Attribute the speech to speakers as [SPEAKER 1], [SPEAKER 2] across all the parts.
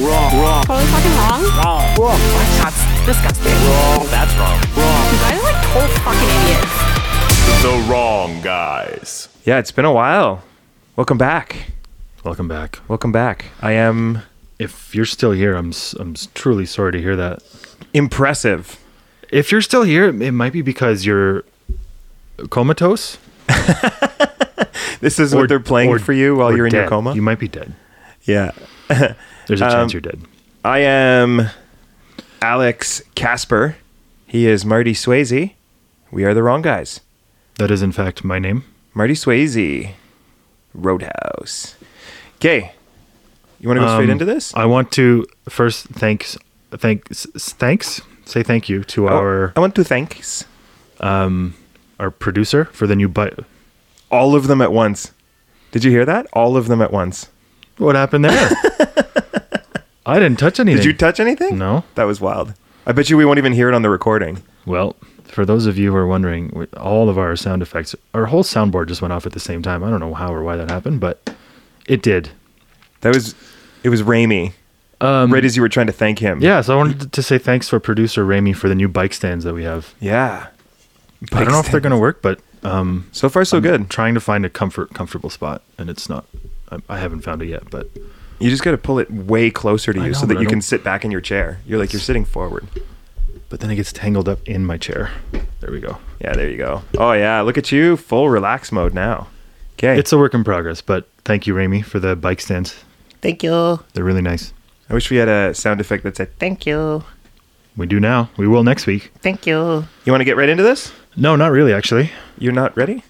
[SPEAKER 1] Wrong. Wrong.
[SPEAKER 2] Totally fucking wrong.
[SPEAKER 1] Wrong. Wrong.
[SPEAKER 2] That's disgusting.
[SPEAKER 1] Wrong. That's wrong. Wrong.
[SPEAKER 2] You guys are like total fucking idiots.
[SPEAKER 3] The wrong guys.
[SPEAKER 4] Yeah, it's been a while. Welcome back.
[SPEAKER 5] Welcome back.
[SPEAKER 4] Welcome back. I am
[SPEAKER 5] If you're still here, I'm s- I'm s- truly sorry to hear that.
[SPEAKER 4] impressive.
[SPEAKER 5] If you're still here, it might be because you're comatose
[SPEAKER 4] This is what they're playing
[SPEAKER 5] or-
[SPEAKER 4] for you while
[SPEAKER 5] or
[SPEAKER 4] you're in your
[SPEAKER 5] dead.
[SPEAKER 4] coma. Um,
[SPEAKER 5] You might be dead.
[SPEAKER 4] yeah.
[SPEAKER 5] There's a chance you're dead.
[SPEAKER 4] I am Alex Casper. He is Marty Swayze. We are the wrong guys.
[SPEAKER 5] That is in fact my name.
[SPEAKER 4] Marty Swayze, Roadhouse. Okay. You want to go straight
[SPEAKER 5] Um,
[SPEAKER 4] into this?
[SPEAKER 5] I want to first thanks thanks thanks say thank you to
[SPEAKER 4] Oh,
[SPEAKER 5] our
[SPEAKER 4] I want to thanks
[SPEAKER 5] our producer for the new but
[SPEAKER 4] all of them at once. Did you hear that? All of them at once.
[SPEAKER 5] what happened there? I didn't touch anything.
[SPEAKER 4] Did you touch anything?
[SPEAKER 5] No.
[SPEAKER 4] That was wild. I bet you we won't even hear it on the recording.
[SPEAKER 5] Well, for those of you who are wondering, we- all of our sound effects, our whole soundboard just went off at the same time. I don't know how or why that happened, but it did.
[SPEAKER 4] That was it was Raimi.
[SPEAKER 5] Um,
[SPEAKER 4] right as you were trying to thank him.
[SPEAKER 5] Yeah, so I wanted to say thanks for producer Ramey for the new bike stands that we have.
[SPEAKER 4] Yeah.
[SPEAKER 5] I don't know if they're going to work, but um,
[SPEAKER 4] So far so
[SPEAKER 5] I'm
[SPEAKER 4] good.
[SPEAKER 5] trying to find a comfort comfortable spot, and it's not. I, I haven't found it yet, but
[SPEAKER 4] You just got to pull it way closer to you
[SPEAKER 5] I know,
[SPEAKER 4] so that
[SPEAKER 5] but I
[SPEAKER 4] you can
[SPEAKER 5] don't-
[SPEAKER 4] sit back in your chair. You're like you're sitting forward.
[SPEAKER 5] but then it gets tangled up in my chair. There we go.
[SPEAKER 4] Yeah, there you go. Oh yeah, look at you, full relax mode now. Okay.
[SPEAKER 5] It's a work in progress, but thank you, Ramey, for the bike stands.
[SPEAKER 1] Thank you.
[SPEAKER 5] They're really nice.
[SPEAKER 4] I wish we had a sound effect that said thank.
[SPEAKER 1] Thank you.
[SPEAKER 5] We do now. We will next week.
[SPEAKER 1] Thank you.
[SPEAKER 4] You want to get right into this?
[SPEAKER 5] No, not really, actually.
[SPEAKER 4] You're not ready?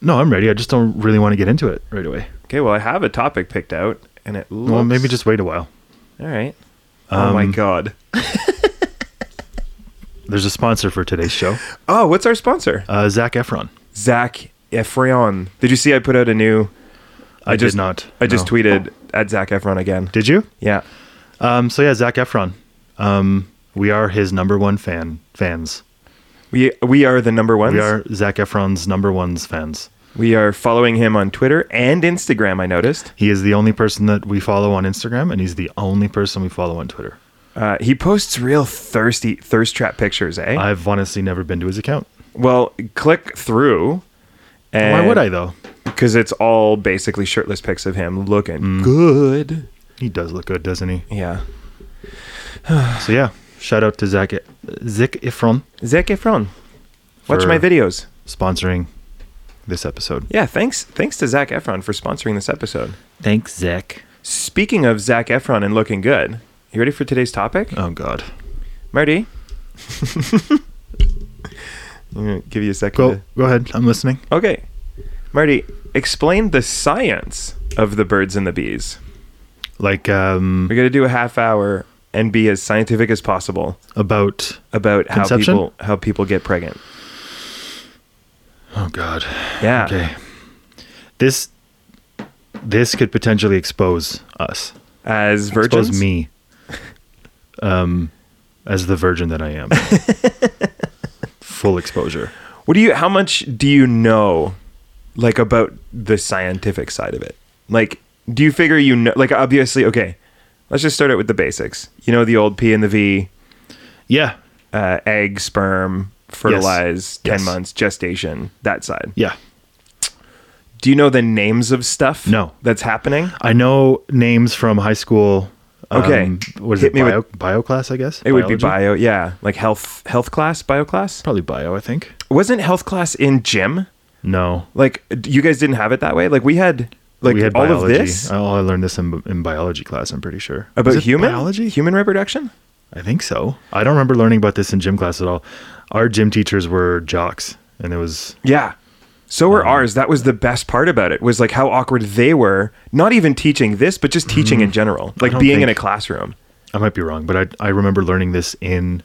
[SPEAKER 5] No, I'm ready. I just don't really want to get into it right away.
[SPEAKER 4] Okay, well I have a topic picked out and it looks
[SPEAKER 5] Well, maybe Um, just wait a while.
[SPEAKER 4] All right. oh my god.
[SPEAKER 5] There's a sponsor for today's show,
[SPEAKER 4] Oh, what's our sponsor?
[SPEAKER 5] uh, Zach Efron.
[SPEAKER 4] Zach Efron. Did you see I put out a new
[SPEAKER 5] I,
[SPEAKER 4] just-
[SPEAKER 5] did not.
[SPEAKER 4] I just
[SPEAKER 5] no.
[SPEAKER 4] tweeted at Zach Efron again.
[SPEAKER 5] Did you?
[SPEAKER 4] Yeah.
[SPEAKER 5] Um, so yeah, Zach Efron. Um, we are his number one fan fans.
[SPEAKER 4] We we are the number ones.
[SPEAKER 5] We are Zach Efron's number one's fans.
[SPEAKER 4] We are following him on Twitter and Instagram, I noticed.
[SPEAKER 5] He is the only person that we follow on Instagram, and he's the only person we follow on Twitter.
[SPEAKER 4] Uh, he posts real thirsty thirst trap pictures, eh?
[SPEAKER 5] I've honestly never been to his account.
[SPEAKER 4] well, click through. And
[SPEAKER 5] Why would I Mm. though?
[SPEAKER 4] Because it's all basically shirtless pics of him looking good.
[SPEAKER 5] He does look good, doesn't he?
[SPEAKER 4] Yeah.
[SPEAKER 5] So yeah, shout out to Zach E, Zach Efron
[SPEAKER 4] Zac Efron. Watch
[SPEAKER 5] For-
[SPEAKER 4] my videos.
[SPEAKER 5] sponsoring this episode.
[SPEAKER 4] Yeah, thanks thanks to Zach Efron for sponsoring this episode.
[SPEAKER 5] Thanks, Zach.
[SPEAKER 4] Speaking of Zach Efron and looking good, you ready for today's topic?
[SPEAKER 5] Oh God.
[SPEAKER 4] Marty? I'm gonna give you a second.
[SPEAKER 5] Go
[SPEAKER 4] to-
[SPEAKER 5] go ahead. I'm listening.
[SPEAKER 4] Okay. Marty, explain the science of the birds and the bees.
[SPEAKER 5] Like um
[SPEAKER 4] We're going to do a half hour and be as scientific as possible
[SPEAKER 5] about
[SPEAKER 4] about how
[SPEAKER 5] Conception?
[SPEAKER 4] people how people get pregnant.
[SPEAKER 5] oh god.
[SPEAKER 4] Yeah.
[SPEAKER 5] Okay. This this could potentially expose us.
[SPEAKER 4] As virgins.
[SPEAKER 5] Expose me. Um as the virgin that I am. Full exposure.
[SPEAKER 4] What do you how much do you know like about the scientific side of it? Like do you figure you know like obviously okay. Let's just start out with the basics. You know the old P and the V,
[SPEAKER 5] Yeah.
[SPEAKER 4] uh, egg, sperm, fertilize, 10
[SPEAKER 5] Yes.
[SPEAKER 4] months, gestation, that side.
[SPEAKER 5] Yeah.
[SPEAKER 4] Do you know the names of stuff?
[SPEAKER 5] No.
[SPEAKER 4] That's happening?
[SPEAKER 5] I know names from high school.
[SPEAKER 4] Okay.
[SPEAKER 5] um, what is
[SPEAKER 4] Hit
[SPEAKER 5] it?
[SPEAKER 4] me with-
[SPEAKER 5] Bio, bio class, I guess.
[SPEAKER 4] It would be
[SPEAKER 5] Biology?
[SPEAKER 4] bio, yeah, like health health class, bio class.
[SPEAKER 5] Probably bio, I think.
[SPEAKER 4] Wasn't health class in gym?
[SPEAKER 5] No.
[SPEAKER 4] Like d- you guys didn't have it that way. Like we had like
[SPEAKER 5] we had
[SPEAKER 4] all
[SPEAKER 5] biology.
[SPEAKER 4] of this
[SPEAKER 5] I, I learned this in, in biology class. I'm pretty sure Was
[SPEAKER 4] about
[SPEAKER 5] it
[SPEAKER 4] human
[SPEAKER 5] biology.
[SPEAKER 4] human reproduction.
[SPEAKER 5] I think so. I don't remember learning about this in gym class at all. Our gym teachers were jocks, and it was
[SPEAKER 4] Yeah. So were
[SPEAKER 5] Uh-huh.
[SPEAKER 4] ours. That was the best part about it was like how awkward they were. Not even teaching this, but just teaching in general, like
[SPEAKER 5] Mm-hmm. don't
[SPEAKER 4] being in
[SPEAKER 5] think-
[SPEAKER 4] a classroom.
[SPEAKER 5] I might be wrong, but I I remember learning this in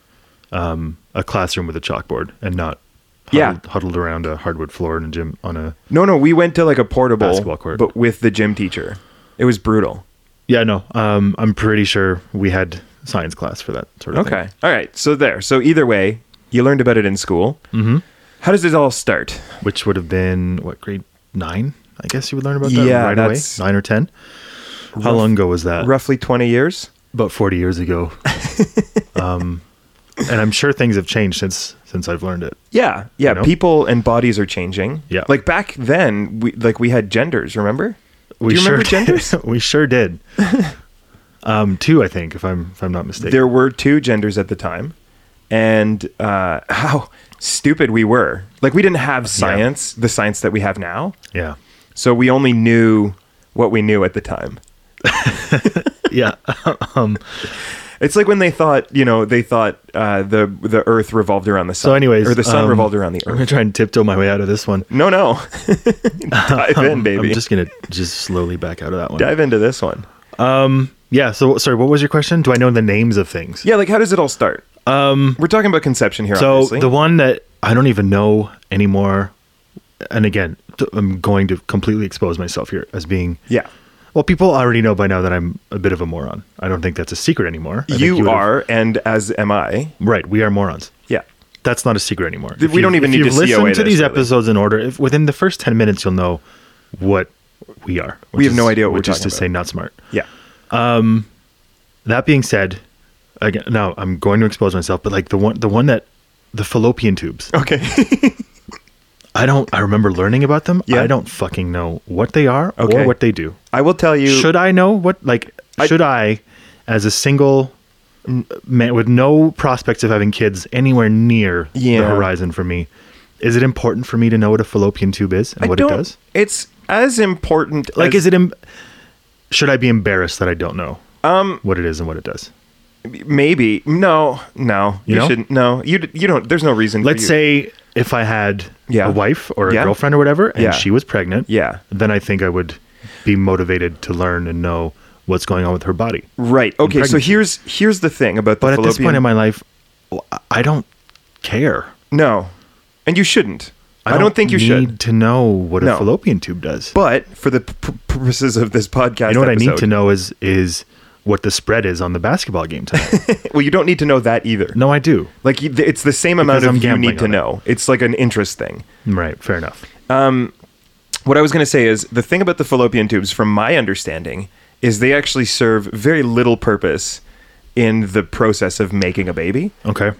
[SPEAKER 5] um, a classroom with a chalkboard and not huddled,
[SPEAKER 4] Yeah.
[SPEAKER 5] huddled around a hardwood floor in a gym on a
[SPEAKER 4] No, no, we went to like a portable,
[SPEAKER 5] Basketball court.
[SPEAKER 4] but with the gym teacher. It was brutal.
[SPEAKER 5] yeah no um I'm pretty sure we had science class for that sort of
[SPEAKER 4] Okay. All right. So there. So either way, you learned about it in school. Mm-hmm. How does this all start?
[SPEAKER 5] thing, which would have been what grade nine I guess you would learn about that
[SPEAKER 4] Yeah,
[SPEAKER 5] right
[SPEAKER 4] that's-
[SPEAKER 5] away nine or ten. How long ago was that?
[SPEAKER 4] Roughly 20 years.
[SPEAKER 5] about 40 years ago. um, and I'm sure things have changed since since I've learned it.
[SPEAKER 4] Yeah, yeah.
[SPEAKER 5] You know?
[SPEAKER 4] People and bodies are changing.
[SPEAKER 5] Yeah.
[SPEAKER 4] like back then, we like we had genders. Remember?
[SPEAKER 5] We
[SPEAKER 4] Do you
[SPEAKER 5] sure
[SPEAKER 4] remember
[SPEAKER 5] did.
[SPEAKER 4] genders?
[SPEAKER 5] we sure did. um, two, I think, if I'm if I'm not mistaken.
[SPEAKER 4] there were two genders at the time, and uh, how stupid we were. Like we didn't have science, the science that we have now,
[SPEAKER 5] yeah,
[SPEAKER 4] so we only knew what we knew at the time.
[SPEAKER 5] yeah, Um,
[SPEAKER 4] It's like when they thought, you know, they thought uh, the the Earth revolved around the sun.
[SPEAKER 5] So, anyways,
[SPEAKER 4] or the sun
[SPEAKER 5] um,
[SPEAKER 4] revolved around the
[SPEAKER 5] I'm gonna
[SPEAKER 4] Earth.
[SPEAKER 5] try and tiptoe my way out of this one. Um,
[SPEAKER 4] No, no, dive in, baby.
[SPEAKER 5] I'm just gonna just slowly back out of that one.
[SPEAKER 4] dive into this one.
[SPEAKER 5] Yeah. So, sorry, what was your question? Do I know the names of things?
[SPEAKER 4] Yeah, like how does it all start? Um, we're talking about conception here.
[SPEAKER 5] So
[SPEAKER 4] obviously.
[SPEAKER 5] the one that I don't even know anymore, and again, t- I'm going to completely expose myself here as being
[SPEAKER 4] yeah,
[SPEAKER 5] Well, people already know by now that I'm a bit of a moron. I don't think that's a secret anymore. I think
[SPEAKER 4] you,
[SPEAKER 5] would've-
[SPEAKER 4] are, and as am I.
[SPEAKER 5] right. We are morons.
[SPEAKER 4] Yeah,
[SPEAKER 5] That's not a secret anymore.
[SPEAKER 4] Th- we don't even need
[SPEAKER 5] if you've
[SPEAKER 4] to COA
[SPEAKER 5] listened to
[SPEAKER 4] this,
[SPEAKER 5] these
[SPEAKER 4] really.
[SPEAKER 5] episodes in order. If within the first ten minutes, you'll know what we are.
[SPEAKER 4] We
[SPEAKER 5] which
[SPEAKER 4] have no idea what
[SPEAKER 5] which
[SPEAKER 4] we're
[SPEAKER 5] is to
[SPEAKER 4] talking
[SPEAKER 5] say not smart.
[SPEAKER 4] yeah.
[SPEAKER 5] That being said, again, now I'm going to expose myself, but like the one, the one that the fallopian tubes.
[SPEAKER 4] Okay.
[SPEAKER 5] I don't. I remember learning about them.
[SPEAKER 4] Yeah.
[SPEAKER 5] I don't fucking know what they are
[SPEAKER 4] Okay.
[SPEAKER 5] or what they do.
[SPEAKER 4] I will tell you.
[SPEAKER 5] should I know what like
[SPEAKER 4] I-
[SPEAKER 5] should I as a single man with no prospects of having kids anywhere near
[SPEAKER 4] Yeah.
[SPEAKER 5] the horizon for me is it important for me to know what a fallopian tube is and
[SPEAKER 4] I
[SPEAKER 5] what it
[SPEAKER 4] don't-
[SPEAKER 5] does
[SPEAKER 4] It's as important.
[SPEAKER 5] like
[SPEAKER 4] as,
[SPEAKER 5] is it em- should I be embarrassed that I don't know um what it is and what it does
[SPEAKER 4] maybe no, no. You,
[SPEAKER 5] You know?
[SPEAKER 4] shouldn't. No, you d- you don't. There's no reason. for
[SPEAKER 5] let's
[SPEAKER 4] you-
[SPEAKER 5] say if I had
[SPEAKER 4] Yeah.
[SPEAKER 5] a wife or a
[SPEAKER 4] Yeah.
[SPEAKER 5] girlfriend or whatever and
[SPEAKER 4] Yeah.
[SPEAKER 5] she was pregnant
[SPEAKER 4] Yeah.
[SPEAKER 5] then I think I would be motivated to learn and know what's going on with her body
[SPEAKER 4] Right. Okay. So
[SPEAKER 5] pregnancy.
[SPEAKER 4] here's here's the thing about the
[SPEAKER 5] but at this
[SPEAKER 4] fallopian-
[SPEAKER 5] point in my life I- I don't care
[SPEAKER 4] no, and you shouldn't. I don't, think you
[SPEAKER 5] need
[SPEAKER 4] should.
[SPEAKER 5] to know what
[SPEAKER 4] No.
[SPEAKER 5] a fallopian tube does.
[SPEAKER 4] But for the p- p- purposes of this podcast,
[SPEAKER 5] you know what I need
[SPEAKER 4] episode-
[SPEAKER 5] to know is is what the spread is on the basketball game tonight.
[SPEAKER 4] Well, you don't need to know that either.
[SPEAKER 5] no, I do.
[SPEAKER 4] Like you- it's the same amount
[SPEAKER 5] Because I'm
[SPEAKER 4] of you
[SPEAKER 5] gambling
[SPEAKER 4] need to
[SPEAKER 5] on it.
[SPEAKER 4] know. It's like an interest thing.
[SPEAKER 5] Right, fair enough.
[SPEAKER 4] What I was going to say is the thing about the fallopian tubes, from my understanding, is they actually serve very little purpose in the process of making a baby.
[SPEAKER 5] Okay.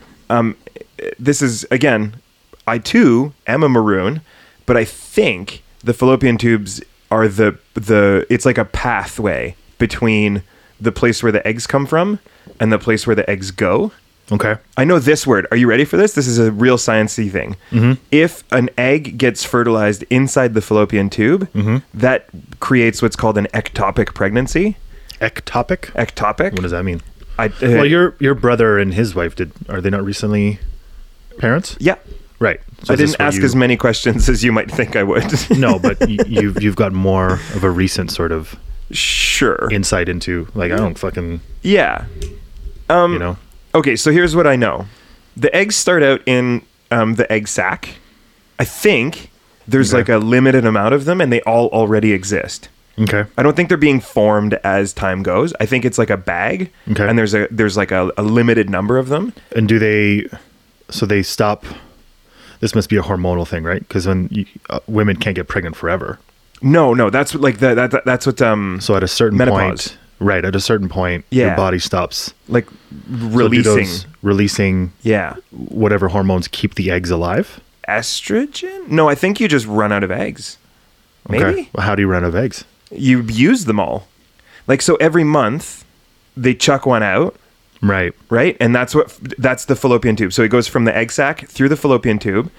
[SPEAKER 4] This is, again, I too am a maroon, but I think the fallopian tubes are the, the it's like a pathway between the place where the eggs come from and the place where the eggs go.
[SPEAKER 5] Okay.
[SPEAKER 4] I know this word. Are you ready for this? This is a real sciencey thing.
[SPEAKER 5] Mm-hmm.
[SPEAKER 4] If an egg gets fertilized inside the fallopian tube,
[SPEAKER 5] Mm-hmm.
[SPEAKER 4] that creates what's called an ectopic pregnancy.
[SPEAKER 5] Ectopic?
[SPEAKER 4] Ectopic.
[SPEAKER 5] What does that mean?
[SPEAKER 4] I, uh,
[SPEAKER 5] well, your your brother and his wife did are they not recently parents?
[SPEAKER 4] yeah.
[SPEAKER 5] Right.
[SPEAKER 4] I
[SPEAKER 5] is this
[SPEAKER 4] didn't
[SPEAKER 5] what
[SPEAKER 4] ask
[SPEAKER 5] you-
[SPEAKER 4] as many questions as you might think I would.
[SPEAKER 5] No, but y- you've you've got more of a recent sort of
[SPEAKER 4] sure.
[SPEAKER 5] insight into like I don't fucking
[SPEAKER 4] yeah. Um,
[SPEAKER 5] you know.
[SPEAKER 4] Okay, so here's what I know. The eggs start out in um, the egg sac. I think there's
[SPEAKER 5] Okay.
[SPEAKER 4] like a limited amount of them, and they all already exist.
[SPEAKER 5] Okay.
[SPEAKER 4] I don't think they're being formed as time goes. I think it's like a bag,
[SPEAKER 5] Okay.
[SPEAKER 4] and there's a there's like a, a limited number of them.
[SPEAKER 5] And do they? So they stop. This must be a hormonal thing, right? Because when you, uh, women can't get pregnant forever,
[SPEAKER 4] No, no, that's what, like the, that, that that's what um
[SPEAKER 5] so at a certain
[SPEAKER 4] Menopause.
[SPEAKER 5] point, right? At a certain point,
[SPEAKER 4] Yeah.
[SPEAKER 5] your body stops
[SPEAKER 4] like
[SPEAKER 5] So do
[SPEAKER 4] releasing.
[SPEAKER 5] those releasing
[SPEAKER 4] yeah,
[SPEAKER 5] whatever hormones keep the eggs alive.
[SPEAKER 4] estrogen. No, I think you just run out of eggs. Maybe
[SPEAKER 5] Well, how do you run out of eggs?
[SPEAKER 4] you use them all. Like so, every month they chuck one out,
[SPEAKER 5] Right.
[SPEAKER 4] right? And that's what that's the fallopian tube. So it goes from the egg sac through the fallopian tube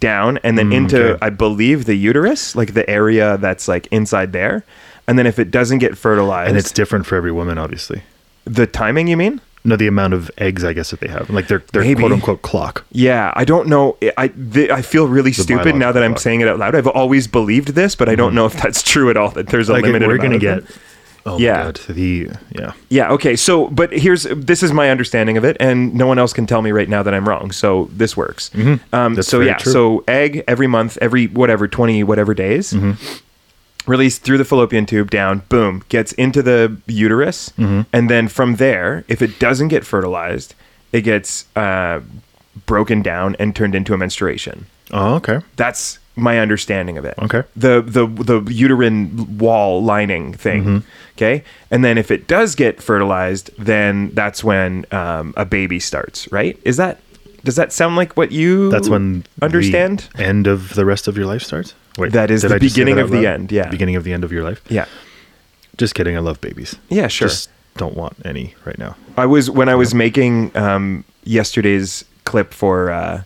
[SPEAKER 4] down and then into
[SPEAKER 5] Mm, okay.
[SPEAKER 4] I believe the uterus, like the area that's like inside there. And then if it doesn't get fertilized,
[SPEAKER 5] And it's different for every woman, obviously.
[SPEAKER 4] the timing you mean?
[SPEAKER 5] No, the amount of eggs, I guess, that they have, like their their
[SPEAKER 4] Maybe.
[SPEAKER 5] quote unquote clock.
[SPEAKER 4] Yeah, I don't know. I- I th- I feel really stupid now that I'm
[SPEAKER 5] biological
[SPEAKER 4] saying it out loud. I've always believed this, but I don't know if that's true at all. That there's a
[SPEAKER 5] Mm-hmm. Like
[SPEAKER 4] limited.
[SPEAKER 5] we're
[SPEAKER 4] amount
[SPEAKER 5] gonna
[SPEAKER 4] of them.
[SPEAKER 5] get. Oh
[SPEAKER 4] Yeah.
[SPEAKER 5] my god. The yeah.
[SPEAKER 4] Yeah, okay. So, but here's this is my understanding of it, and no one else can tell me right now that I'm wrong. So this works. Um,
[SPEAKER 5] Mm-hmm. That's
[SPEAKER 4] so
[SPEAKER 5] very
[SPEAKER 4] yeah,
[SPEAKER 5] true.
[SPEAKER 4] so egg every month, every whatever twenty whatever days,
[SPEAKER 5] Mm-hmm.
[SPEAKER 4] released through the fallopian tube down, boom, gets into the uterus,
[SPEAKER 5] Mm-hmm.
[SPEAKER 4] and then from there, if it doesn't get fertilized, it gets uh, broken down and turned into a menstruation.
[SPEAKER 5] Oh okay.
[SPEAKER 4] That's my understanding of it.
[SPEAKER 5] Okay.
[SPEAKER 4] The the the uterine wall lining thing.
[SPEAKER 5] Mm-hmm.
[SPEAKER 4] Okay. And then if it does get fertilized, then that's when um, a baby starts. Right? Is that does that sound like what you
[SPEAKER 5] That's when the
[SPEAKER 4] understand?
[SPEAKER 5] end of the rest of your life starts. Wait,
[SPEAKER 4] That is
[SPEAKER 5] did
[SPEAKER 4] the
[SPEAKER 5] I just say
[SPEAKER 4] beginning
[SPEAKER 5] that
[SPEAKER 4] of
[SPEAKER 5] out
[SPEAKER 4] the
[SPEAKER 5] loud?
[SPEAKER 4] end, yeah.
[SPEAKER 5] beginning of the end of your life.
[SPEAKER 4] yeah.
[SPEAKER 5] Just kidding. I love babies.
[SPEAKER 4] Yeah. Sure.
[SPEAKER 5] Just don't want any right now.
[SPEAKER 4] I was when I was making um, yesterday's clip for uh,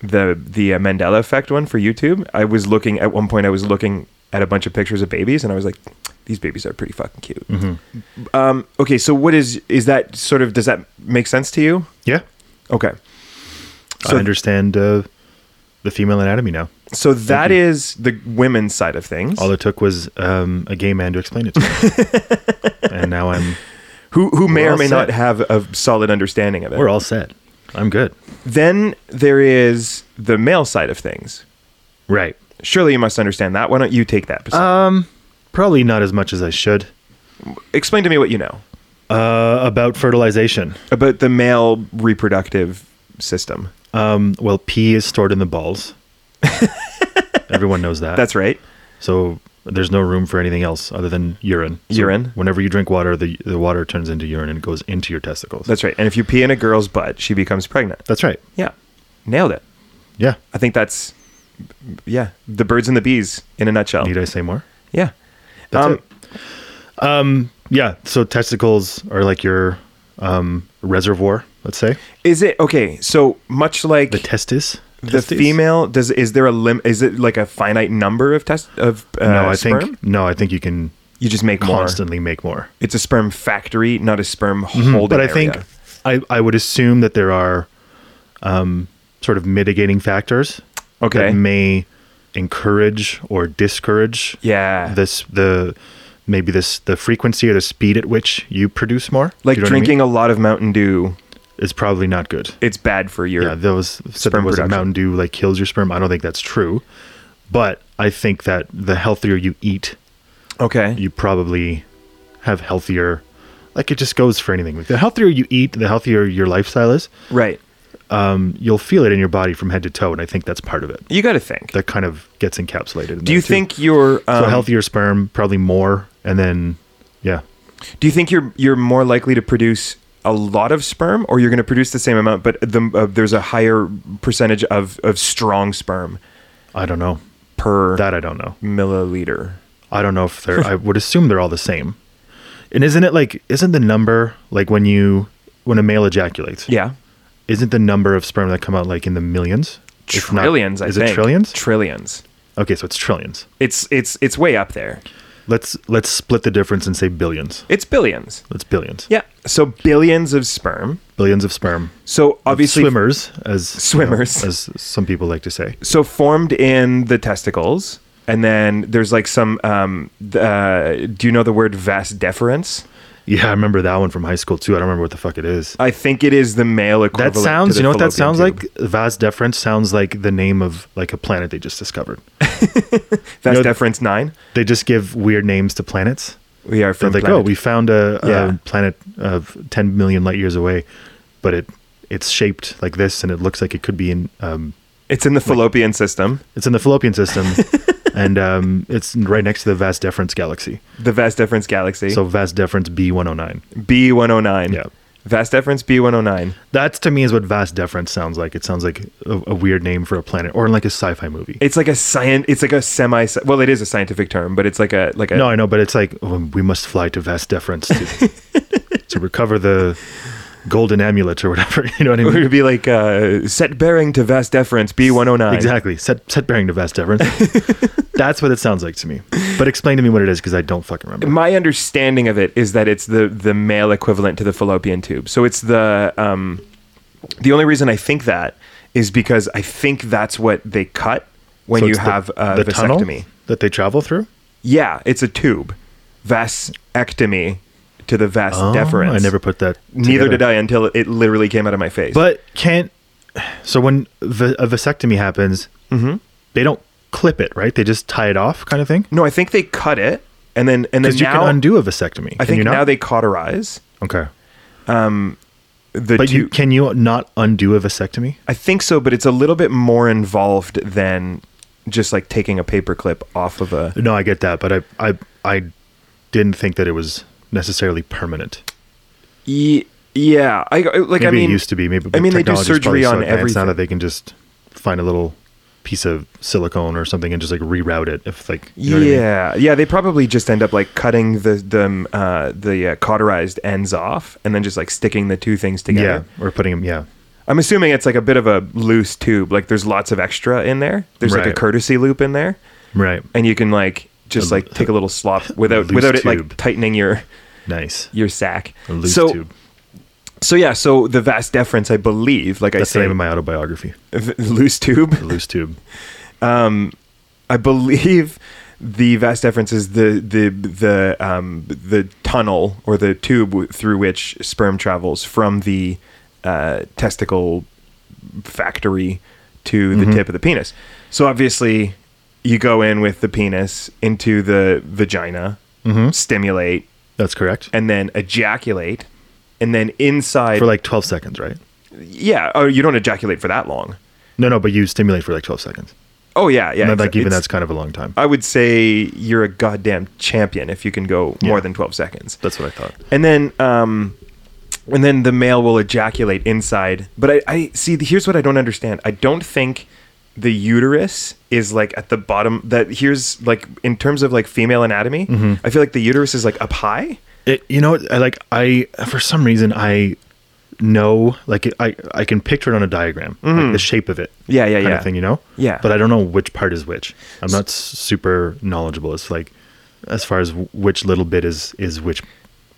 [SPEAKER 4] the the uh, Mandela effect one for YouTube. I was looking at one point. I was looking at a bunch of pictures of babies, and I was like, "These babies are pretty fucking cute."
[SPEAKER 5] Mm-hmm.
[SPEAKER 4] Um, okay, so what is is that sort of? Does that make sense to you?
[SPEAKER 5] Yeah,
[SPEAKER 4] Okay,
[SPEAKER 5] I
[SPEAKER 4] So-
[SPEAKER 5] understand uh, the female anatomy now.
[SPEAKER 4] so that is the women's side of things.
[SPEAKER 5] All it took was um, a gay man to explain it to me, and now I'm.
[SPEAKER 4] who who may
[SPEAKER 5] we're
[SPEAKER 4] or
[SPEAKER 5] all
[SPEAKER 4] may
[SPEAKER 5] set.
[SPEAKER 4] not have a solid understanding of it.
[SPEAKER 5] We're all set. I'm good.
[SPEAKER 4] then there is the male side of things.
[SPEAKER 5] Right.
[SPEAKER 4] Surely you must understand that. Why don't you take that? Uh,
[SPEAKER 5] Probably not as much as I should
[SPEAKER 4] Explain to me what you know.
[SPEAKER 5] uh, about fertilization.
[SPEAKER 4] about the male reproductive system.
[SPEAKER 5] Um, well, pee is stored in the balls. Everyone knows that.
[SPEAKER 4] That's right.
[SPEAKER 5] So there's no room for anything else other than urine. So
[SPEAKER 4] Urine.
[SPEAKER 5] Whenever you drink water, the the water turns into urine and goes into your testicles.
[SPEAKER 4] That's right. And if you pee in a girl's butt, she becomes pregnant.
[SPEAKER 5] That's right.
[SPEAKER 4] Yeah. Nailed it.
[SPEAKER 5] Yeah.
[SPEAKER 4] I think that's yeah, the birds and the bees in a nutshell.
[SPEAKER 5] Need I say more?
[SPEAKER 4] Yeah.
[SPEAKER 5] That's
[SPEAKER 4] um
[SPEAKER 5] it. Yeah. So testicles are like your um, reservoir. Let's say
[SPEAKER 4] is it okay, so much like
[SPEAKER 5] the
[SPEAKER 4] the,
[SPEAKER 5] testis. testes?
[SPEAKER 4] female does is there a lim is it like a finite number of test of uh,
[SPEAKER 5] No, I
[SPEAKER 4] sperm?
[SPEAKER 5] think no, I think you can
[SPEAKER 4] you just make more.
[SPEAKER 5] constantly make more.
[SPEAKER 4] It's a sperm factory, not a sperm holding
[SPEAKER 5] Mm-hmm, But I
[SPEAKER 4] area.
[SPEAKER 5] think I I would assume that there are um, sort of mitigating factors
[SPEAKER 4] Okay.
[SPEAKER 5] that may encourage or discourage
[SPEAKER 4] yeah.
[SPEAKER 5] this the maybe this the frequency or the speed at which you produce more
[SPEAKER 4] like
[SPEAKER 5] You know what I mean?
[SPEAKER 4] drinking a lot of Mountain Dew,
[SPEAKER 5] is probably not good
[SPEAKER 4] it's bad for your
[SPEAKER 5] yeah those said there
[SPEAKER 4] Sperm
[SPEAKER 5] was that
[SPEAKER 4] production.
[SPEAKER 5] mountain dew like kills your sperm i don't think that's true but i think that the healthier you eat
[SPEAKER 4] Okay.
[SPEAKER 5] you probably have healthier like it just goes for anything like the healthier you eat the healthier your lifestyle is
[SPEAKER 4] Right.
[SPEAKER 5] you'll feel it in your body from head to toe and i think that's part of it
[SPEAKER 4] You got to think.
[SPEAKER 5] that kind of gets encapsulated in
[SPEAKER 4] do
[SPEAKER 5] there,
[SPEAKER 4] you
[SPEAKER 5] too.
[SPEAKER 4] think you're um,
[SPEAKER 5] so healthier sperm probably more and then yeah
[SPEAKER 4] Do you think you're you're more likely to produce a lot of sperm, or you're going to produce the same amount, but the, uh, there's a higher percentage of of strong sperm
[SPEAKER 5] i don't know
[SPEAKER 4] per
[SPEAKER 5] that i don't know
[SPEAKER 4] milliliter?
[SPEAKER 5] I don't know if they're. I would assume they're all the same. And isn't it like isn't the number like when you when a male ejaculates?
[SPEAKER 4] Yeah,
[SPEAKER 5] Isn't the number of sperm that come out like in the millions? If not-
[SPEAKER 4] trillions. I
[SPEAKER 5] is
[SPEAKER 4] think
[SPEAKER 5] it trillions?
[SPEAKER 4] Trillions.
[SPEAKER 5] okay, so it's trillions.
[SPEAKER 4] It's it's it's way up there.
[SPEAKER 5] Let's let's split the difference and say billions.
[SPEAKER 4] It's billions.
[SPEAKER 5] Let's billions.
[SPEAKER 4] Yeah. So billions of sperm.
[SPEAKER 5] Billions of sperm.
[SPEAKER 4] So obviously,
[SPEAKER 5] swimmers as you know,
[SPEAKER 4] Swimmers.
[SPEAKER 5] as some people like to say.
[SPEAKER 4] so formed in the testicles, and then there's like some. Um, th- uh, do you know the word vas deferens?
[SPEAKER 5] Yeah, I remember that one from high school too. I don't remember what the fuck it is.
[SPEAKER 4] I think it is the male equivalent.
[SPEAKER 5] That
[SPEAKER 4] to
[SPEAKER 5] sounds,
[SPEAKER 4] the
[SPEAKER 5] you know what that
[SPEAKER 4] fallopian
[SPEAKER 5] sounds
[SPEAKER 4] tube.
[SPEAKER 5] like? Vas deferens sounds like the name of like a planet they just discovered.
[SPEAKER 4] That's
[SPEAKER 5] know-
[SPEAKER 4] deference nine.
[SPEAKER 5] They just give weird names to planets.
[SPEAKER 4] We are
[SPEAKER 5] They're
[SPEAKER 4] from
[SPEAKER 5] like,
[SPEAKER 4] planet-
[SPEAKER 5] oh, we found a, a
[SPEAKER 4] Yeah.
[SPEAKER 5] planet of 10 million light years away, but it it's shaped like this, and it looks like it could be in um,
[SPEAKER 4] it's in the fallopian system,
[SPEAKER 5] it's in the fallopian system, and um, it's right next to the Vas Deferens galaxy.
[SPEAKER 4] the vast deference galaxy.
[SPEAKER 5] So Vas Deferens B109.
[SPEAKER 4] B one oh nine.
[SPEAKER 5] Yeah.
[SPEAKER 4] Vast deference B one oh nine.
[SPEAKER 5] That to me is what Vas Deferens sounds like. It sounds like a, a weird name for a planet, or like a sci-fi movie.
[SPEAKER 4] It's like a science. It's like a semi. Well, it is a scientific term, but it's like a like a.
[SPEAKER 5] no, I know, but it's like oh, we must fly to Vas Deferens to, to recover the golden amulet or whatever. You know what I
[SPEAKER 4] It
[SPEAKER 5] mean?
[SPEAKER 4] would be like uh, set bearing to vast deference B one oh nine.
[SPEAKER 5] Exactly. Set set bearing to vast deference. That's what it sounds like to me. But explain to me what it is because I don't fucking remember.
[SPEAKER 4] My understanding of it is that it's the the male equivalent to the fallopian tube. So it's the um, the only reason I think that is because I think that's what they cut when
[SPEAKER 5] So
[SPEAKER 4] you
[SPEAKER 5] it's the-
[SPEAKER 4] have a
[SPEAKER 5] the
[SPEAKER 4] vasectomy.
[SPEAKER 5] tunnel that they travel through.
[SPEAKER 4] Yeah, it's a tube. Vasectomy to the vas deferens.
[SPEAKER 5] Oh, I never put that.
[SPEAKER 4] Neither did
[SPEAKER 5] together.
[SPEAKER 4] I until it literally came out of my face.
[SPEAKER 5] But can't. So when va- a vasectomy happens,
[SPEAKER 4] Mm-hmm.
[SPEAKER 5] they don't clip it, right? They just tie it off, kind of thing.
[SPEAKER 4] no, I think they cut it and then and then
[SPEAKER 5] Because you
[SPEAKER 4] now
[SPEAKER 5] can undo a vasectomy.
[SPEAKER 4] I
[SPEAKER 5] can
[SPEAKER 4] think
[SPEAKER 5] you not?
[SPEAKER 4] now they cauterize
[SPEAKER 5] okay.
[SPEAKER 4] the
[SPEAKER 5] But you
[SPEAKER 4] tube.
[SPEAKER 5] can you not undo a vasectomy?
[SPEAKER 4] I think so, but it's a little bit more involved than just like taking a paperclip off of a.
[SPEAKER 5] No, I get that, but I I I didn't think that it was necessarily permanent.
[SPEAKER 4] Ye- Yeah, I like.
[SPEAKER 5] Maybe
[SPEAKER 4] I mean,
[SPEAKER 5] it used to be. Maybe
[SPEAKER 4] I mean, they do
[SPEAKER 5] technology's
[SPEAKER 4] surgery
[SPEAKER 5] probably so
[SPEAKER 4] on
[SPEAKER 5] advanced
[SPEAKER 4] everything.
[SPEAKER 5] now that they can just find a little piece of silicone or something and just like reroute it. If like you know what I mean?
[SPEAKER 4] yeah, yeah, they probably just end up like cutting the the um, uh, the uh, cauterized ends off and then just like sticking the two things
[SPEAKER 5] yeah,
[SPEAKER 4] together.
[SPEAKER 5] or putting them yeah.
[SPEAKER 4] I'm assuming it's like a bit of a loose tube. Like there's lots of extra in there. There's like
[SPEAKER 5] Right.
[SPEAKER 4] a courtesy loop in there,
[SPEAKER 5] Right.
[SPEAKER 4] and you can like just
[SPEAKER 5] A l-
[SPEAKER 4] like take a little slop without
[SPEAKER 5] loose
[SPEAKER 4] without it
[SPEAKER 5] tube.
[SPEAKER 4] like tightening your
[SPEAKER 5] Nice.
[SPEAKER 4] your sack.
[SPEAKER 5] A loose
[SPEAKER 4] so
[SPEAKER 5] tube.
[SPEAKER 4] so yeah, so the vast deference, I believe, like
[SPEAKER 5] That's
[SPEAKER 4] I
[SPEAKER 5] the
[SPEAKER 4] say,
[SPEAKER 5] name of my autobiography.
[SPEAKER 4] loose tube.
[SPEAKER 5] A loose tube.
[SPEAKER 4] I believe the vast deference is the the the um, the tunnel or the tube w- through which sperm travels from the uh, testicle factory to the
[SPEAKER 5] Mm-hmm.
[SPEAKER 4] tip of the penis. So obviously, you go in with the penis into the vagina,
[SPEAKER 5] Mm-hmm.
[SPEAKER 4] stimulate,
[SPEAKER 5] That's correct.
[SPEAKER 4] and then ejaculate, and then inside.
[SPEAKER 5] for like 12 seconds, right?
[SPEAKER 4] yeah, oh, you don't ejaculate for that long.
[SPEAKER 5] No, no, but you stimulate for like 12 seconds.
[SPEAKER 4] Oh yeah, yeah.
[SPEAKER 5] And then,
[SPEAKER 4] it's-
[SPEAKER 5] like even
[SPEAKER 4] it's- Uh,
[SPEAKER 5] that's kind of a long time.
[SPEAKER 4] I would say you're a goddamn champion if you can go more
[SPEAKER 5] Yeah.
[SPEAKER 4] than 12 seconds.
[SPEAKER 5] That's what I thought.
[SPEAKER 4] And then, um, and then the male will ejaculate inside. But I, I see. Here's what I don't understand. I don't think the uterus is like at the bottom. That here's like in terms of like female anatomy.
[SPEAKER 5] Mm-hmm.
[SPEAKER 4] I feel like the uterus is like up high.
[SPEAKER 5] It, you know, I like I for some reason I know like it, I I can picture it on a diagram, like the shape of it.
[SPEAKER 4] Mm. Yeah, yeah,
[SPEAKER 5] kind
[SPEAKER 4] yeah.
[SPEAKER 5] Of thing, you know.
[SPEAKER 4] Yeah.
[SPEAKER 5] But I don't know which part is which. I'm not s- super knowledgeable. It's like as far as w- which little bit is is which.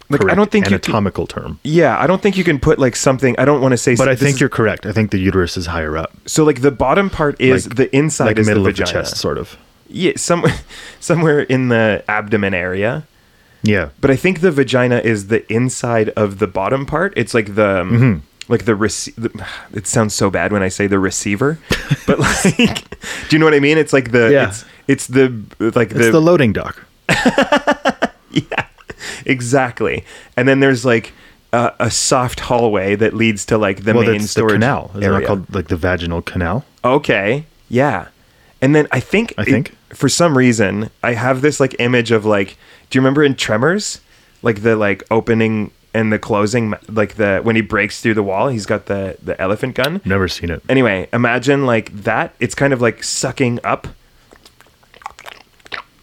[SPEAKER 4] Like, I
[SPEAKER 5] correct
[SPEAKER 4] don't think you can-
[SPEAKER 5] anatomical term.
[SPEAKER 4] Yeah, I don't think you can put like something. I don't want to say.
[SPEAKER 5] But I
[SPEAKER 4] this
[SPEAKER 5] think
[SPEAKER 4] is-
[SPEAKER 5] you're correct. I think the uterus is higher up,
[SPEAKER 4] so like the bottom part is
[SPEAKER 5] Like-
[SPEAKER 4] the inside
[SPEAKER 5] like
[SPEAKER 4] is
[SPEAKER 5] middle
[SPEAKER 4] the
[SPEAKER 5] of the
[SPEAKER 4] vagina.
[SPEAKER 5] chest, sort of.
[SPEAKER 4] Yeah, some, somewhere in the abdomen area.
[SPEAKER 5] Yeah.
[SPEAKER 4] but I think the vagina is the inside of the bottom part. It's like the um,
[SPEAKER 5] Mm-hmm.
[SPEAKER 4] like the, rece- the it sounds so bad when I say the receiver, but like do you know what I mean? It's like the
[SPEAKER 5] Yeah.
[SPEAKER 4] it's it's the like
[SPEAKER 5] It's
[SPEAKER 4] the,
[SPEAKER 5] the loading dock.
[SPEAKER 4] exactly. And then there's like a, a soft hallway that leads to like the
[SPEAKER 5] well,
[SPEAKER 4] main
[SPEAKER 5] that's the
[SPEAKER 4] storage
[SPEAKER 5] canal. Is it not
[SPEAKER 4] area.
[SPEAKER 5] called like the vaginal canal?
[SPEAKER 4] Okay. Yeah. And then I think
[SPEAKER 5] I think.
[SPEAKER 4] for some reason I have this like image of like do you remember in Tremors like the like opening and the closing like the when he breaks through the wall he's got the the elephant gun.
[SPEAKER 5] Never seen it.
[SPEAKER 4] Anyway, imagine like that. It's kind of like sucking up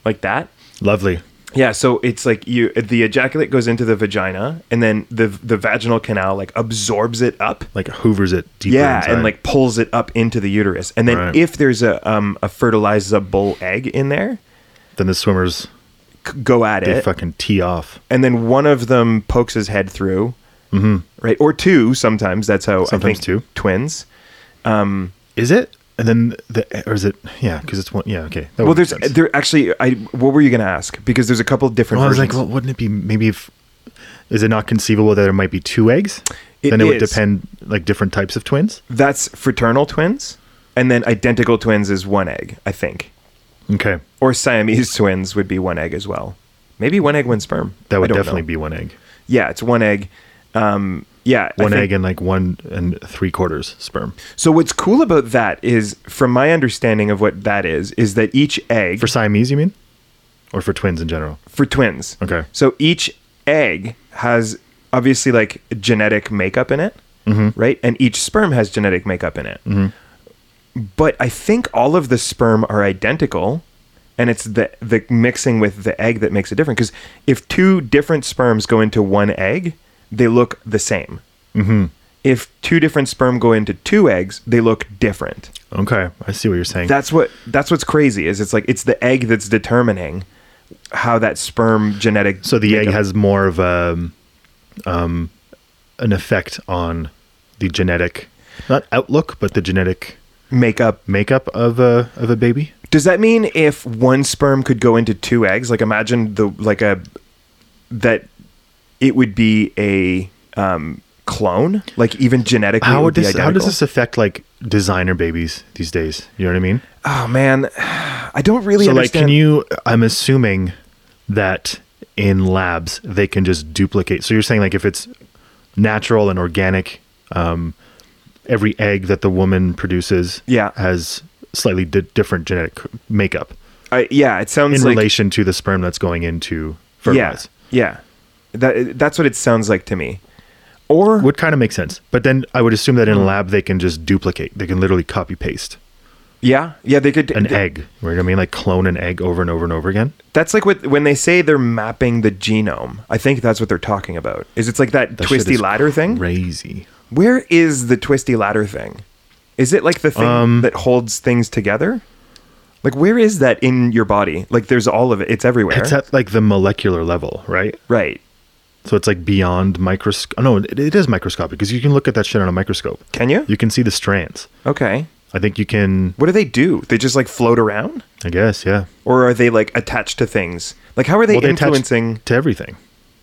[SPEAKER 4] like that.
[SPEAKER 5] Lovely.
[SPEAKER 4] Yeah, so it's like you the ejaculate goes into the vagina and then the the vaginal canal like absorbs it up
[SPEAKER 5] Like hoovers it deeper.
[SPEAKER 4] yeah
[SPEAKER 5] inside.
[SPEAKER 4] and like pulls it up into the uterus and then
[SPEAKER 5] Right.
[SPEAKER 4] if there's a um a fertilizable egg in there
[SPEAKER 5] then the swimmers
[SPEAKER 4] c- go at
[SPEAKER 5] they
[SPEAKER 4] it
[SPEAKER 5] fucking tee off.
[SPEAKER 4] and then one of them pokes his head through mm-hmm. right or two sometimes that's how
[SPEAKER 5] Sometimes
[SPEAKER 4] I think
[SPEAKER 5] two.
[SPEAKER 4] twins
[SPEAKER 5] Is it? And then the or is it? Yeah, because it's one. Yeah, okay. That
[SPEAKER 4] well
[SPEAKER 5] would make
[SPEAKER 4] there's
[SPEAKER 5] sense.
[SPEAKER 4] there actually I what were you gonna ask because there's a couple of different
[SPEAKER 5] Well, I was
[SPEAKER 4] versions.
[SPEAKER 5] like, well, wouldn't it be maybe if? Is it not conceivable that there might be two eggs?
[SPEAKER 4] It
[SPEAKER 5] then it would
[SPEAKER 4] is.
[SPEAKER 5] depend like different types of twins.
[SPEAKER 4] that's fraternal twins and then identical twins is one egg I think
[SPEAKER 5] Okay,
[SPEAKER 4] or Siamese twins would be one egg as well maybe one egg one sperm
[SPEAKER 5] that would
[SPEAKER 4] I don't
[SPEAKER 5] definitely
[SPEAKER 4] know.
[SPEAKER 5] be one egg.
[SPEAKER 4] yeah it's one egg um yeah I
[SPEAKER 5] One
[SPEAKER 4] think-
[SPEAKER 5] egg and like one and three quarters sperm
[SPEAKER 4] So what's cool about that is, from my understanding of what that is, is that each egg
[SPEAKER 5] for Siamese, you mean, or for twins in general?
[SPEAKER 4] for twins.
[SPEAKER 5] Okay.
[SPEAKER 4] So each egg has obviously like genetic makeup in it, right? And each sperm has genetic makeup in it. But I think all of the sperm are identical, and it's the the mixing with the egg that makes it different. Because if two different sperms go into one egg, they look the same. If two different sperm go into two eggs, they look different.
[SPEAKER 5] Okay, I see what you're saying.
[SPEAKER 4] that's what that's what's crazy is it's like it's the egg that's determining how that sperm genetic
[SPEAKER 5] so the egg
[SPEAKER 4] makeup-
[SPEAKER 5] has more of a, um, an effect on the genetic, not outlook, but the genetic
[SPEAKER 4] makeup
[SPEAKER 5] makeup of a of a baby.
[SPEAKER 4] does that mean if one sperm could go into two eggs like imagine the like a that it would be a um clone like even genetically it
[SPEAKER 5] How would
[SPEAKER 4] would be
[SPEAKER 5] this how does
[SPEAKER 4] identical?
[SPEAKER 5] this affect like designer babies these days? You know what I mean?
[SPEAKER 4] oh man i don't really
[SPEAKER 5] so like
[SPEAKER 4] understand
[SPEAKER 5] can you I'm assuming that in labs they can just duplicate. So you're saying like if it's natural and organic um every egg that the woman produces
[SPEAKER 4] Yeah.
[SPEAKER 5] has slightly di- different genetic makeup
[SPEAKER 4] I, yeah, it sounds
[SPEAKER 5] in
[SPEAKER 4] like
[SPEAKER 5] relation to the sperm that's going into
[SPEAKER 4] yeah,
[SPEAKER 5] fertilize.
[SPEAKER 4] yeah. That that's what it sounds like to me. Or
[SPEAKER 5] Would kind of make sense. But then I would assume that
[SPEAKER 4] Mm-hmm.
[SPEAKER 5] in a lab they can just duplicate. They can literally copy paste
[SPEAKER 4] yeah, yeah, they could
[SPEAKER 5] an
[SPEAKER 4] they-
[SPEAKER 5] egg. You know what I mean? Like clone an egg over and over and over again.
[SPEAKER 4] That's like what when they say they're mapping the genome. I think that's what they're talking about. Is it's like that,
[SPEAKER 5] That shit
[SPEAKER 4] twisty
[SPEAKER 5] is
[SPEAKER 4] ladder thing?
[SPEAKER 5] Crazy.
[SPEAKER 4] Where is the twisty ladder thing? Is it like the thing
[SPEAKER 5] Um,
[SPEAKER 4] that holds things together? Like where is that in your body? Like there's all of it. It's everywhere.
[SPEAKER 5] It's at like the molecular level, right?
[SPEAKER 4] right.
[SPEAKER 5] So it's like beyond microscope. No, it, it is microscopic because you can look at that shit on a microscope.
[SPEAKER 4] Can you?
[SPEAKER 5] You can see the strands.
[SPEAKER 4] Okay.
[SPEAKER 5] I think you can.
[SPEAKER 4] What do they do? They just like float around,
[SPEAKER 5] I guess, yeah.
[SPEAKER 4] or are they like attached to things? Like how are they
[SPEAKER 5] Well, they attach
[SPEAKER 4] influencing?
[SPEAKER 5] to everything.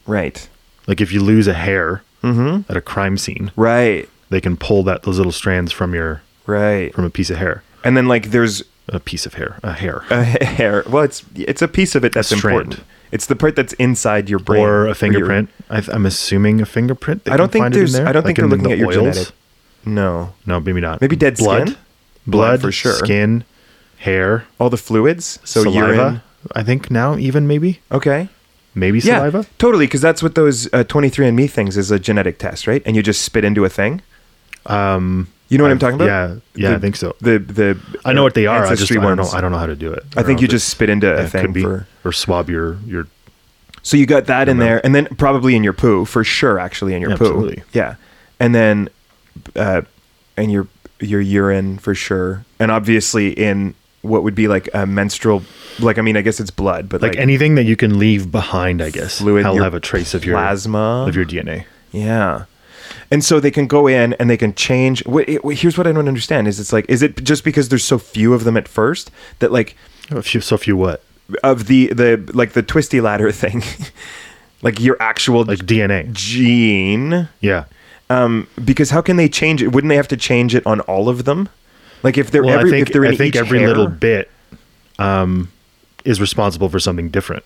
[SPEAKER 4] Right.
[SPEAKER 5] Like if you lose a hair
[SPEAKER 4] Mm-hmm.
[SPEAKER 5] at a crime scene,
[SPEAKER 4] Right.
[SPEAKER 5] they can pull that those little strands from your
[SPEAKER 4] Right.
[SPEAKER 5] from a piece of hair,
[SPEAKER 4] And then like there's
[SPEAKER 5] a piece of hair, a hair,
[SPEAKER 4] a hair. Well, it's it's a piece of it that's
[SPEAKER 5] strand.
[SPEAKER 4] important. It's the part that's inside your brain
[SPEAKER 5] or a
[SPEAKER 4] your-
[SPEAKER 5] fingerprint. I th- I'm assuming a fingerprint. they
[SPEAKER 4] I don't
[SPEAKER 5] can
[SPEAKER 4] think
[SPEAKER 5] find it in
[SPEAKER 4] there's.
[SPEAKER 5] there,
[SPEAKER 4] I don't think
[SPEAKER 5] like
[SPEAKER 4] they're
[SPEAKER 5] in
[SPEAKER 4] looking
[SPEAKER 5] the
[SPEAKER 4] at your
[SPEAKER 5] oils.
[SPEAKER 4] genetic. No,
[SPEAKER 5] No, maybe not.
[SPEAKER 4] Maybe dead
[SPEAKER 5] blood,
[SPEAKER 4] skin?
[SPEAKER 5] blood,
[SPEAKER 4] Blood for sure.
[SPEAKER 5] Skin, hair,
[SPEAKER 4] all the fluids. So
[SPEAKER 5] saliva.
[SPEAKER 4] urine.
[SPEAKER 5] I think now even maybe
[SPEAKER 4] Okay.
[SPEAKER 5] maybe
[SPEAKER 4] Yeah,
[SPEAKER 5] saliva.
[SPEAKER 4] totally. Because that's what those uh, 23andMe things is a genetic test, right? And you just spit into a thing. Um, you know what i am talking about?
[SPEAKER 5] yeah, yeah,
[SPEAKER 4] The-
[SPEAKER 5] I think so.
[SPEAKER 4] The the
[SPEAKER 5] I know what they are. I just
[SPEAKER 4] ancestry
[SPEAKER 5] I don't know.
[SPEAKER 4] ones.
[SPEAKER 5] I don't know how to do it.
[SPEAKER 4] I
[SPEAKER 5] don't
[SPEAKER 4] think
[SPEAKER 5] know
[SPEAKER 4] you
[SPEAKER 5] if
[SPEAKER 4] just
[SPEAKER 5] it's-
[SPEAKER 4] spit into
[SPEAKER 5] yeah,
[SPEAKER 4] a
[SPEAKER 5] it
[SPEAKER 4] thing
[SPEAKER 5] could be,
[SPEAKER 4] for.
[SPEAKER 5] or swab your your
[SPEAKER 4] So you got that in there, and then probably in your poo for sure. Actually, in your poo,
[SPEAKER 5] Absolutely.
[SPEAKER 4] yeah, and then, uh, and your your urine for sure, and obviously in what would be like a menstrual, like I mean, I guess it's blood, but
[SPEAKER 5] like,
[SPEAKER 4] like,
[SPEAKER 5] anything that you can leave behind. I guess
[SPEAKER 4] Fluid,
[SPEAKER 5] I'll
[SPEAKER 4] your
[SPEAKER 5] have a trace of your
[SPEAKER 4] plasma.
[SPEAKER 5] of your DNA.
[SPEAKER 4] yeah, and so they can go in and they can change. What, it, what- here's what I don't understand: is it's like, is it just because there's so few of them at first that like
[SPEAKER 5] A few, so few what?
[SPEAKER 4] of the the like the twisty ladder thing, like your actual
[SPEAKER 5] Like DNA.
[SPEAKER 4] gene
[SPEAKER 5] Yeah.
[SPEAKER 4] um, because how can they change it? Wouldn't they have to change it on all of them? Like if they're
[SPEAKER 5] Well,
[SPEAKER 4] every
[SPEAKER 5] I think
[SPEAKER 4] if they're in
[SPEAKER 5] I think
[SPEAKER 4] each
[SPEAKER 5] every
[SPEAKER 4] hair-
[SPEAKER 5] little bit um, is responsible for something different.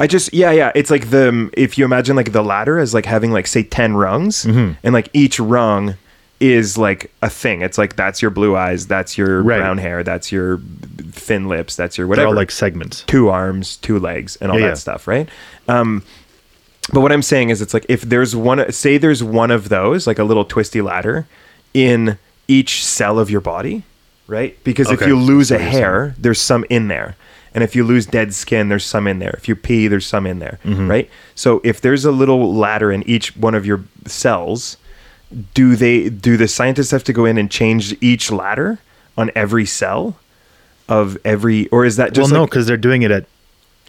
[SPEAKER 4] I just yeah yeah. It's like the if you imagine like the ladder as like having like say ten rungs,
[SPEAKER 5] Mm-hmm.
[SPEAKER 4] and like each rung is like a thing. It's like that's your blue eyes, that's your
[SPEAKER 5] Right.
[SPEAKER 4] brown hair, that's your thin lips, that's your
[SPEAKER 5] They're
[SPEAKER 4] whatever.
[SPEAKER 5] all like segments.
[SPEAKER 4] two arms, two legs, and all
[SPEAKER 5] Yeah,
[SPEAKER 4] that
[SPEAKER 5] yeah.
[SPEAKER 4] stuff, right? Um, but what I'm saying is, it's like if there's one, say there's one of those, like a little twisty ladder, in each cell of your body, right? Because if
[SPEAKER 5] Okay,
[SPEAKER 4] you lose a
[SPEAKER 5] that's what you're
[SPEAKER 4] hair, there's some in there, and if you lose dead skin, there's some in there. If you pee, there's some in there,
[SPEAKER 5] Mm-hmm.
[SPEAKER 4] right? So if there's a little ladder in each one of your cells, do they do the scientists have to go in and change each ladder on every cell? Of every, or is that
[SPEAKER 5] Well,
[SPEAKER 4] just
[SPEAKER 5] no,
[SPEAKER 4] like-
[SPEAKER 5] because they're doing it at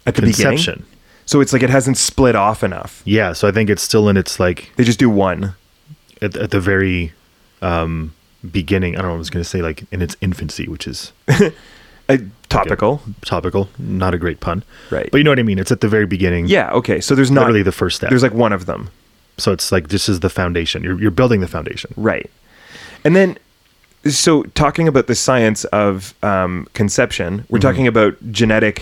[SPEAKER 4] at the
[SPEAKER 5] conception.
[SPEAKER 4] beginning. So it's like it hasn't split off enough.
[SPEAKER 5] Yeah, so I think it's still in its like
[SPEAKER 4] They just do one.
[SPEAKER 5] at, at the very um, beginning. I don't know. what I was going to say like in its infancy, which is
[SPEAKER 4] Uh, topical.
[SPEAKER 5] topical, not a great pun,
[SPEAKER 4] Right.
[SPEAKER 5] But you know what I mean. It's at the very beginning.
[SPEAKER 4] Yeah, okay. So there's not
[SPEAKER 5] literally the first step.
[SPEAKER 4] There's like one of them.
[SPEAKER 5] so it's like this is the foundation. You're you're building the foundation.
[SPEAKER 4] Right. And then so talking about the science of um, conception, we're talking about genetic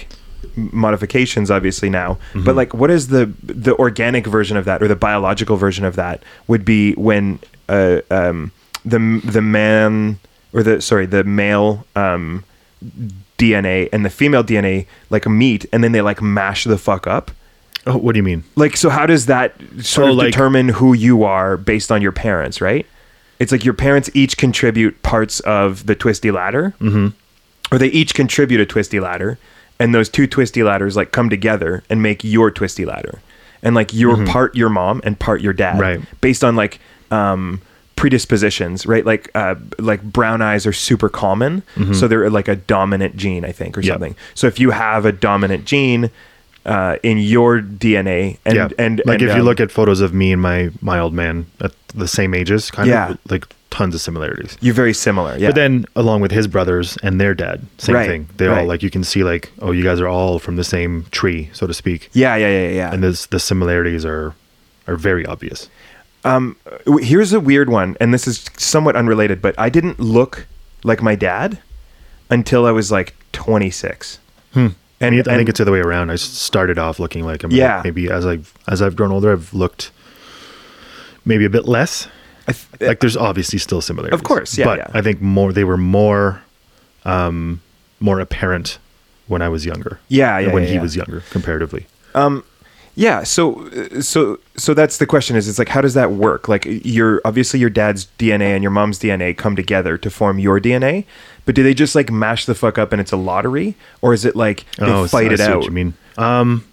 [SPEAKER 4] m- modifications obviously now. But like what is the the organic version of that or the biological version of that would be when uh, um, the m- the man or the sorry, the male um, DNA and the female DNA like meet and then they like mash the fuck up.
[SPEAKER 5] Oh, what do you mean?
[SPEAKER 4] Like, so how does that sort
[SPEAKER 5] Oh,
[SPEAKER 4] of
[SPEAKER 5] like-
[SPEAKER 4] determine who you are based on your parents, right? It's like your parents each contribute parts of the twisty ladder, mm-hmm. or they each contribute a twisty ladder, and those two twisty ladders like come together and make your twisty ladder, and like your part your mom and part your dad,
[SPEAKER 5] Mm-hmm. Right.
[SPEAKER 4] Based on like um, predispositions, right? Like uh, like brown eyes are super common,
[SPEAKER 5] Mm-hmm.
[SPEAKER 4] so they're like a dominant gene, I think, or
[SPEAKER 5] Yep.
[SPEAKER 4] something. So if you have a dominant gene. Uh, in your DNA, and
[SPEAKER 5] yeah,
[SPEAKER 4] and
[SPEAKER 5] like
[SPEAKER 4] and,
[SPEAKER 5] if you
[SPEAKER 4] um,
[SPEAKER 5] look at photos of me and my my old man at the same ages, kind
[SPEAKER 4] Yeah.
[SPEAKER 5] of like tons of similarities.
[SPEAKER 4] you're very similar. Yeah,
[SPEAKER 5] But then along with his brothers and their dad, same
[SPEAKER 4] Right,
[SPEAKER 5] thing. They
[SPEAKER 4] right.
[SPEAKER 5] all like you can see like oh you guys are all from the same tree, so to speak.
[SPEAKER 4] yeah, yeah, yeah, yeah.
[SPEAKER 5] And this the similarities are are very obvious.
[SPEAKER 4] W- Here's a weird one, and this is somewhat unrelated, but I didn't look like my dad until I was like 26.
[SPEAKER 5] And,
[SPEAKER 4] And,
[SPEAKER 5] Hmm. I think
[SPEAKER 4] and-
[SPEAKER 5] it's the other way around. I s- started off looking like I'm like,
[SPEAKER 4] Yeah.
[SPEAKER 5] maybe as I as I've grown older, I've looked maybe a bit less.
[SPEAKER 4] I th-
[SPEAKER 5] like there's obviously still similarities,
[SPEAKER 4] Of course, yeah,
[SPEAKER 5] But
[SPEAKER 4] yeah.
[SPEAKER 5] I think more they were more more apparent when I was younger.
[SPEAKER 4] Yeah, yeah,
[SPEAKER 5] When
[SPEAKER 4] yeah,
[SPEAKER 5] he
[SPEAKER 4] yeah.
[SPEAKER 5] was younger, comparatively.
[SPEAKER 4] Yeah, so uh, so so that's the question is it's like how does that work? Like your obviously your dad's DNA and your mom's DNA come together to form your DNA, but do they just like mash the fuck up and it's a lottery or is it like they
[SPEAKER 5] oh, so
[SPEAKER 4] fight
[SPEAKER 5] I
[SPEAKER 4] it
[SPEAKER 5] see
[SPEAKER 4] out?
[SPEAKER 5] What you mean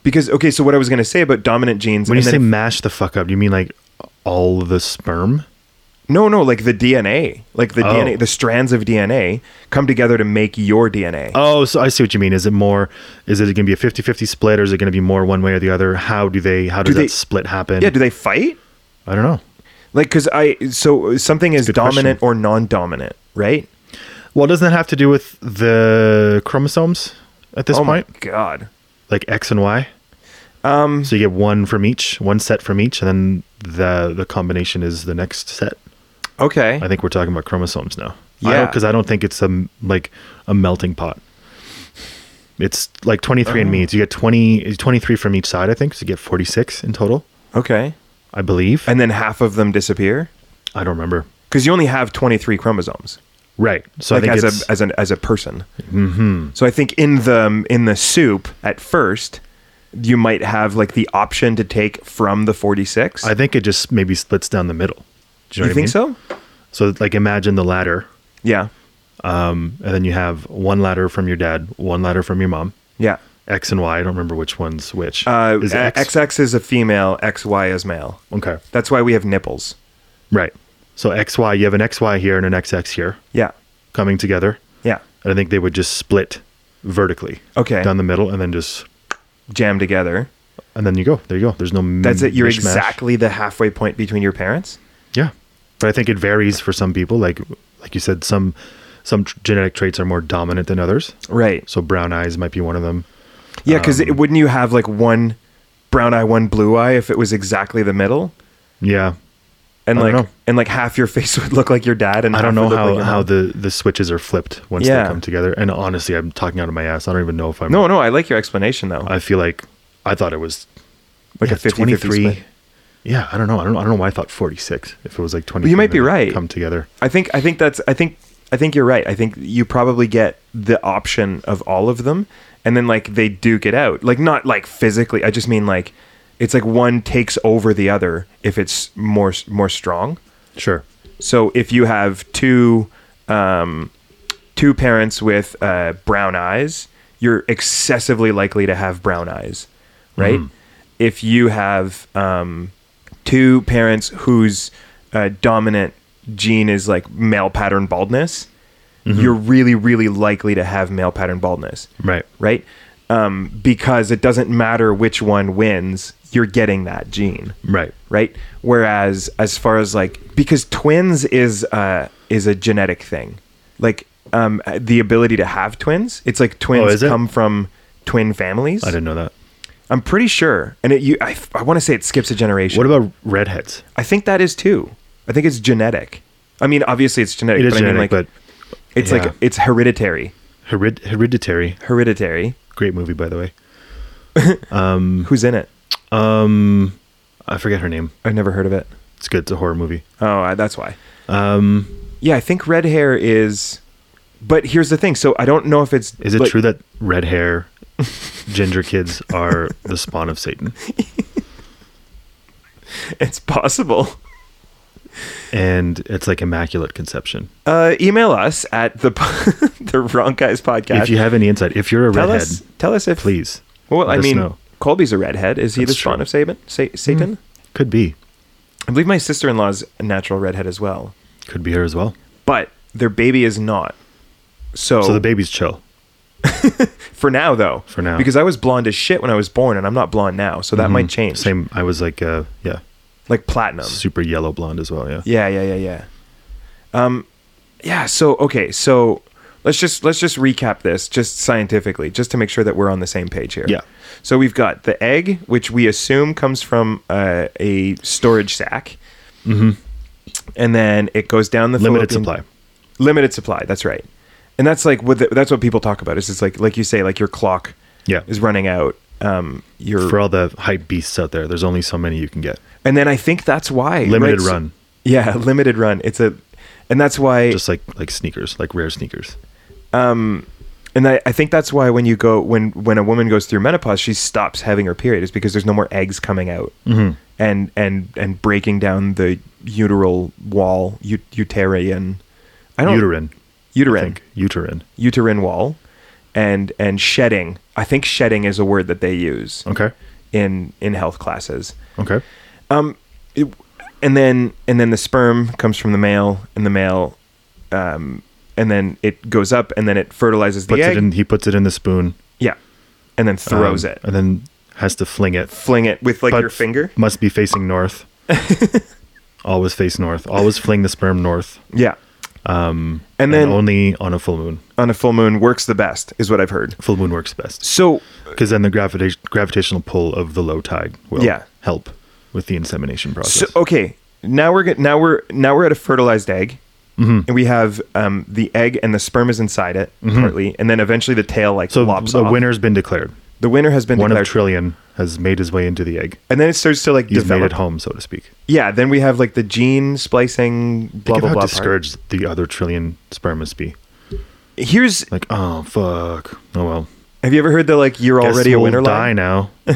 [SPEAKER 4] Because okay, so what I was going to say about dominant genes
[SPEAKER 5] when you
[SPEAKER 4] and
[SPEAKER 5] say
[SPEAKER 4] then-
[SPEAKER 5] mash the fuck up? You mean like all the sperm?
[SPEAKER 4] No, no, like the DNA, like the
[SPEAKER 5] Oh.
[SPEAKER 4] DNA, the strands of DNA come together to make your DNA.
[SPEAKER 5] Oh, so I see what you mean. Is it more? Is it going to be a 50-50 split, or is it going to be more one way or the other? How do they? How does
[SPEAKER 4] they-
[SPEAKER 5] that split happen?
[SPEAKER 4] yeah, do they fight?
[SPEAKER 5] I don't know.
[SPEAKER 4] Like cuz I so something is
[SPEAKER 5] Good question.
[SPEAKER 4] dominant or non-dominant, right?
[SPEAKER 5] Well, doesn't that have to do with the chromosomes at this
[SPEAKER 4] oh
[SPEAKER 5] point,
[SPEAKER 4] my god.
[SPEAKER 5] like X and Y? Um, so you get one from each, one set from each, and then the the combination is the next set.
[SPEAKER 4] Okay.
[SPEAKER 5] I think we're talking about chromosomes now.
[SPEAKER 4] Yeah.
[SPEAKER 5] because I, don't think it's a m- like a melting pot. It's like 23
[SPEAKER 4] Oh.
[SPEAKER 5] and me. So you get 20, 23 from each side, I think. So you get 46 in total,
[SPEAKER 4] Okay.
[SPEAKER 5] I believe.
[SPEAKER 4] And then half of them disappear?
[SPEAKER 5] I don't remember.
[SPEAKER 4] because you only have 23 chromosomes
[SPEAKER 5] Right. So
[SPEAKER 4] like
[SPEAKER 5] I
[SPEAKER 4] as
[SPEAKER 5] think it's,
[SPEAKER 4] a, as an as a person mm-hmm. so i think in the in the soup at first you might have like the option to take from the 46
[SPEAKER 5] I think it just maybe splits down the middle. Do
[SPEAKER 4] you
[SPEAKER 5] you know
[SPEAKER 4] think
[SPEAKER 5] what I mean?
[SPEAKER 4] so
[SPEAKER 5] So like imagine the ladder,
[SPEAKER 4] yeah
[SPEAKER 5] and then you have one ladder from your dad, one ladder from your mom,
[SPEAKER 4] yeah
[SPEAKER 5] X and Y. I don't remember which one's which.
[SPEAKER 4] uh,
[SPEAKER 5] Is it
[SPEAKER 4] X? xx is a female xy is male
[SPEAKER 5] Okay.
[SPEAKER 4] that's why we have nipples
[SPEAKER 5] Right. So XY, you have an XY here and an XX here
[SPEAKER 4] yeah
[SPEAKER 5] coming together.
[SPEAKER 4] yeah
[SPEAKER 5] And I think they would just split vertically.
[SPEAKER 4] Okay.
[SPEAKER 5] Down the middle and then just
[SPEAKER 4] jam together
[SPEAKER 5] and then you go. There you go. There's no m-
[SPEAKER 4] that's it you're
[SPEAKER 5] mishmash.
[SPEAKER 4] exactly the halfway point between your parents
[SPEAKER 5] Yeah. But I think it varies for some people like like you said some some tr- genetic traits are more dominant than others.
[SPEAKER 4] right
[SPEAKER 5] So brown eyes might be one of them.
[SPEAKER 4] yeah because
[SPEAKER 5] Um,
[SPEAKER 4] wouldn't you have like one brown eye one blue eye if it was exactly the middle
[SPEAKER 5] Yeah.
[SPEAKER 4] and
[SPEAKER 5] I
[SPEAKER 4] like
[SPEAKER 5] don't know.
[SPEAKER 4] and like half your face would look like your dad and
[SPEAKER 5] I
[SPEAKER 4] half
[SPEAKER 5] don't know
[SPEAKER 4] would look like
[SPEAKER 5] how,
[SPEAKER 4] your
[SPEAKER 5] how
[SPEAKER 4] mom.
[SPEAKER 5] the, the switches are flipped once
[SPEAKER 4] Yeah.
[SPEAKER 5] they come together. And honestly, I'm talking out of my ass. I don't even know if I'm.
[SPEAKER 4] no no i like your explanation though
[SPEAKER 5] I feel like I thought it was
[SPEAKER 4] like
[SPEAKER 5] Uh, yeah,
[SPEAKER 4] a 50 23
[SPEAKER 5] Yeah, I don't know. I don't. I don't know why I thought 46. If it was like 20.
[SPEAKER 4] you might be right.
[SPEAKER 5] Come together.
[SPEAKER 4] i think i think that's i think i think you're right i think you probably get the option of all of them and then like they duke it out like not like physically i just mean like it's like one takes over the other if it's more more strong
[SPEAKER 5] Sure.
[SPEAKER 4] So if you have two um, two parents with uh, brown eyes, you're excessively likely to have brown eyes, right? If you have um, two parents whose uh, dominant gene is like male pattern baldness, you're really, really likely to have male pattern baldness,
[SPEAKER 5] Right.
[SPEAKER 4] right? Um, because it doesn't matter which one wins, you're getting that gene
[SPEAKER 5] Right.
[SPEAKER 4] right? Whereas as far as like because twins is uh is a genetic thing. Like um the ability to have twins, it's like twins
[SPEAKER 5] Oh, is it?
[SPEAKER 4] come from twin families.
[SPEAKER 5] I didn't know that.
[SPEAKER 4] I'm pretty sure. And it you I, want to say it skips a generation.
[SPEAKER 5] What about redheads?
[SPEAKER 4] I think that is too. I think it's genetic. I mean, obviously it's genetic,
[SPEAKER 5] It is
[SPEAKER 4] but I mean like
[SPEAKER 5] genetic,
[SPEAKER 4] it's
[SPEAKER 5] yeah.
[SPEAKER 4] like it's hereditary.
[SPEAKER 5] but hered- hereditary.
[SPEAKER 4] Hereditary.
[SPEAKER 5] Great movie, by the way. Mm.
[SPEAKER 4] Who's in it?
[SPEAKER 5] I forget her name.
[SPEAKER 4] I've never heard of it.
[SPEAKER 5] It's good. It's a horror movie.
[SPEAKER 4] Oh, I, that's why. Um, yeah, I think red hair is. But here's the thing. So I don't know if it's.
[SPEAKER 5] Is it
[SPEAKER 4] like-
[SPEAKER 5] true that red hair, ginger kids are the spawn of Satan?
[SPEAKER 4] It's possible.
[SPEAKER 5] And it's like immaculate conception.
[SPEAKER 4] Uh, email us at the the wrong guys podcast.
[SPEAKER 5] If you have any insight, if you're a
[SPEAKER 4] tell
[SPEAKER 5] redhead,
[SPEAKER 4] us, tell us if
[SPEAKER 5] please.
[SPEAKER 4] Well, I
[SPEAKER 5] let us
[SPEAKER 4] mean,
[SPEAKER 5] know.
[SPEAKER 4] Colby's a redhead. Is he
[SPEAKER 5] That's
[SPEAKER 4] the spawn
[SPEAKER 5] true. Hmm.
[SPEAKER 4] of Satan? Sa- Satan?
[SPEAKER 5] Could be.
[SPEAKER 4] I believe my sister in law's a natural redhead as well,
[SPEAKER 5] Could be her as well.
[SPEAKER 4] but their baby is not. So,
[SPEAKER 5] So the baby's chill.
[SPEAKER 4] for now, though,
[SPEAKER 5] For now. Mm-hmm.
[SPEAKER 4] because I was blonde as shit when I was born, and I'm not blonde now, so that might change.
[SPEAKER 5] Same. I was like, uh, yeah,
[SPEAKER 4] like platinum.
[SPEAKER 5] super yellow blonde as well. Yeah.
[SPEAKER 4] Yeah, yeah, yeah, yeah. Um, yeah. So okay, so let's just let's just recap this just scientifically, just to make sure that we're on the same page here.
[SPEAKER 5] Yeah.
[SPEAKER 4] So we've got the egg, which we assume comes from uh, a storage sack, mm-hmm. and then it goes down the
[SPEAKER 5] Limited
[SPEAKER 4] fallopian-
[SPEAKER 5] supply.
[SPEAKER 4] Limited supply. That's right. And that's like what the, that's what people talk about. Is it's like like you say, like your clock
[SPEAKER 5] Yeah.
[SPEAKER 4] is running out. Um, your
[SPEAKER 5] For all the hype beasts out there, there's only so many you can get.
[SPEAKER 4] and then I think that's why
[SPEAKER 5] Limited
[SPEAKER 4] so-
[SPEAKER 5] run.
[SPEAKER 4] yeah, limited run. It's a, and that's why
[SPEAKER 5] Just like like sneakers, like rare sneakers.
[SPEAKER 4] and I, I think that's why when you go when when a woman goes through menopause, she stops having her period is because there's no more eggs coming out
[SPEAKER 5] Mm-hmm.
[SPEAKER 4] and and and breaking down the uteral wall, u- uterian. I don't
[SPEAKER 5] Uterine. I
[SPEAKER 4] uterine
[SPEAKER 5] think. Uterine.
[SPEAKER 4] uterine wall, and and shedding. I think shedding is a word that they use
[SPEAKER 5] Okay.
[SPEAKER 4] in in health classes.
[SPEAKER 5] Okay.
[SPEAKER 4] It- and then and then the sperm comes from the male, and the male, um, and then it goes up, and then it fertilizes the
[SPEAKER 5] Puts
[SPEAKER 4] egg.
[SPEAKER 5] it in, he puts it in the spoon.
[SPEAKER 4] Yeah. And then throws
[SPEAKER 5] um,
[SPEAKER 4] it.
[SPEAKER 5] And then has to fling it.
[SPEAKER 4] Fling it with like
[SPEAKER 5] But
[SPEAKER 4] your finger.
[SPEAKER 5] Must be facing north. Always face north. Always fling the sperm north.
[SPEAKER 4] Yeah. Um, and then
[SPEAKER 5] and only on a full moon.
[SPEAKER 4] on a full moon works the best, is what I've heard.
[SPEAKER 5] Full moon works best.
[SPEAKER 4] So,
[SPEAKER 5] because then the gravita- gravitational pull of the low tide will
[SPEAKER 4] Yeah.
[SPEAKER 5] help with the
[SPEAKER 4] so
[SPEAKER 5] insemination
[SPEAKER 4] uh,
[SPEAKER 5] process.
[SPEAKER 4] okay. Now we're get, now we're now we're at a fertilized egg,
[SPEAKER 5] Mm-hmm.
[SPEAKER 4] and we have um, the egg and the sperm is inside it partly, and then eventually the tail like
[SPEAKER 5] so
[SPEAKER 4] lops
[SPEAKER 5] the
[SPEAKER 4] off.
[SPEAKER 5] winner's been declared.
[SPEAKER 4] the winner has been
[SPEAKER 5] One
[SPEAKER 4] declared,
[SPEAKER 5] of trillion has made his way into the egg.
[SPEAKER 4] and then it starts to like
[SPEAKER 5] He's made
[SPEAKER 4] develop.
[SPEAKER 5] it home, so to speak.
[SPEAKER 4] Yeah, then we have like the gene splicing, blah
[SPEAKER 5] Think of
[SPEAKER 4] blah
[SPEAKER 5] how
[SPEAKER 4] blah. part.
[SPEAKER 5] discouraged the other trillion sperm must be.
[SPEAKER 4] Here's
[SPEAKER 5] Like, oh fuck. Oh well.
[SPEAKER 4] have you ever heard the like you're
[SPEAKER 5] Guess
[SPEAKER 4] already a
[SPEAKER 5] we'll
[SPEAKER 4] winner
[SPEAKER 5] Die
[SPEAKER 4] line?
[SPEAKER 5] now.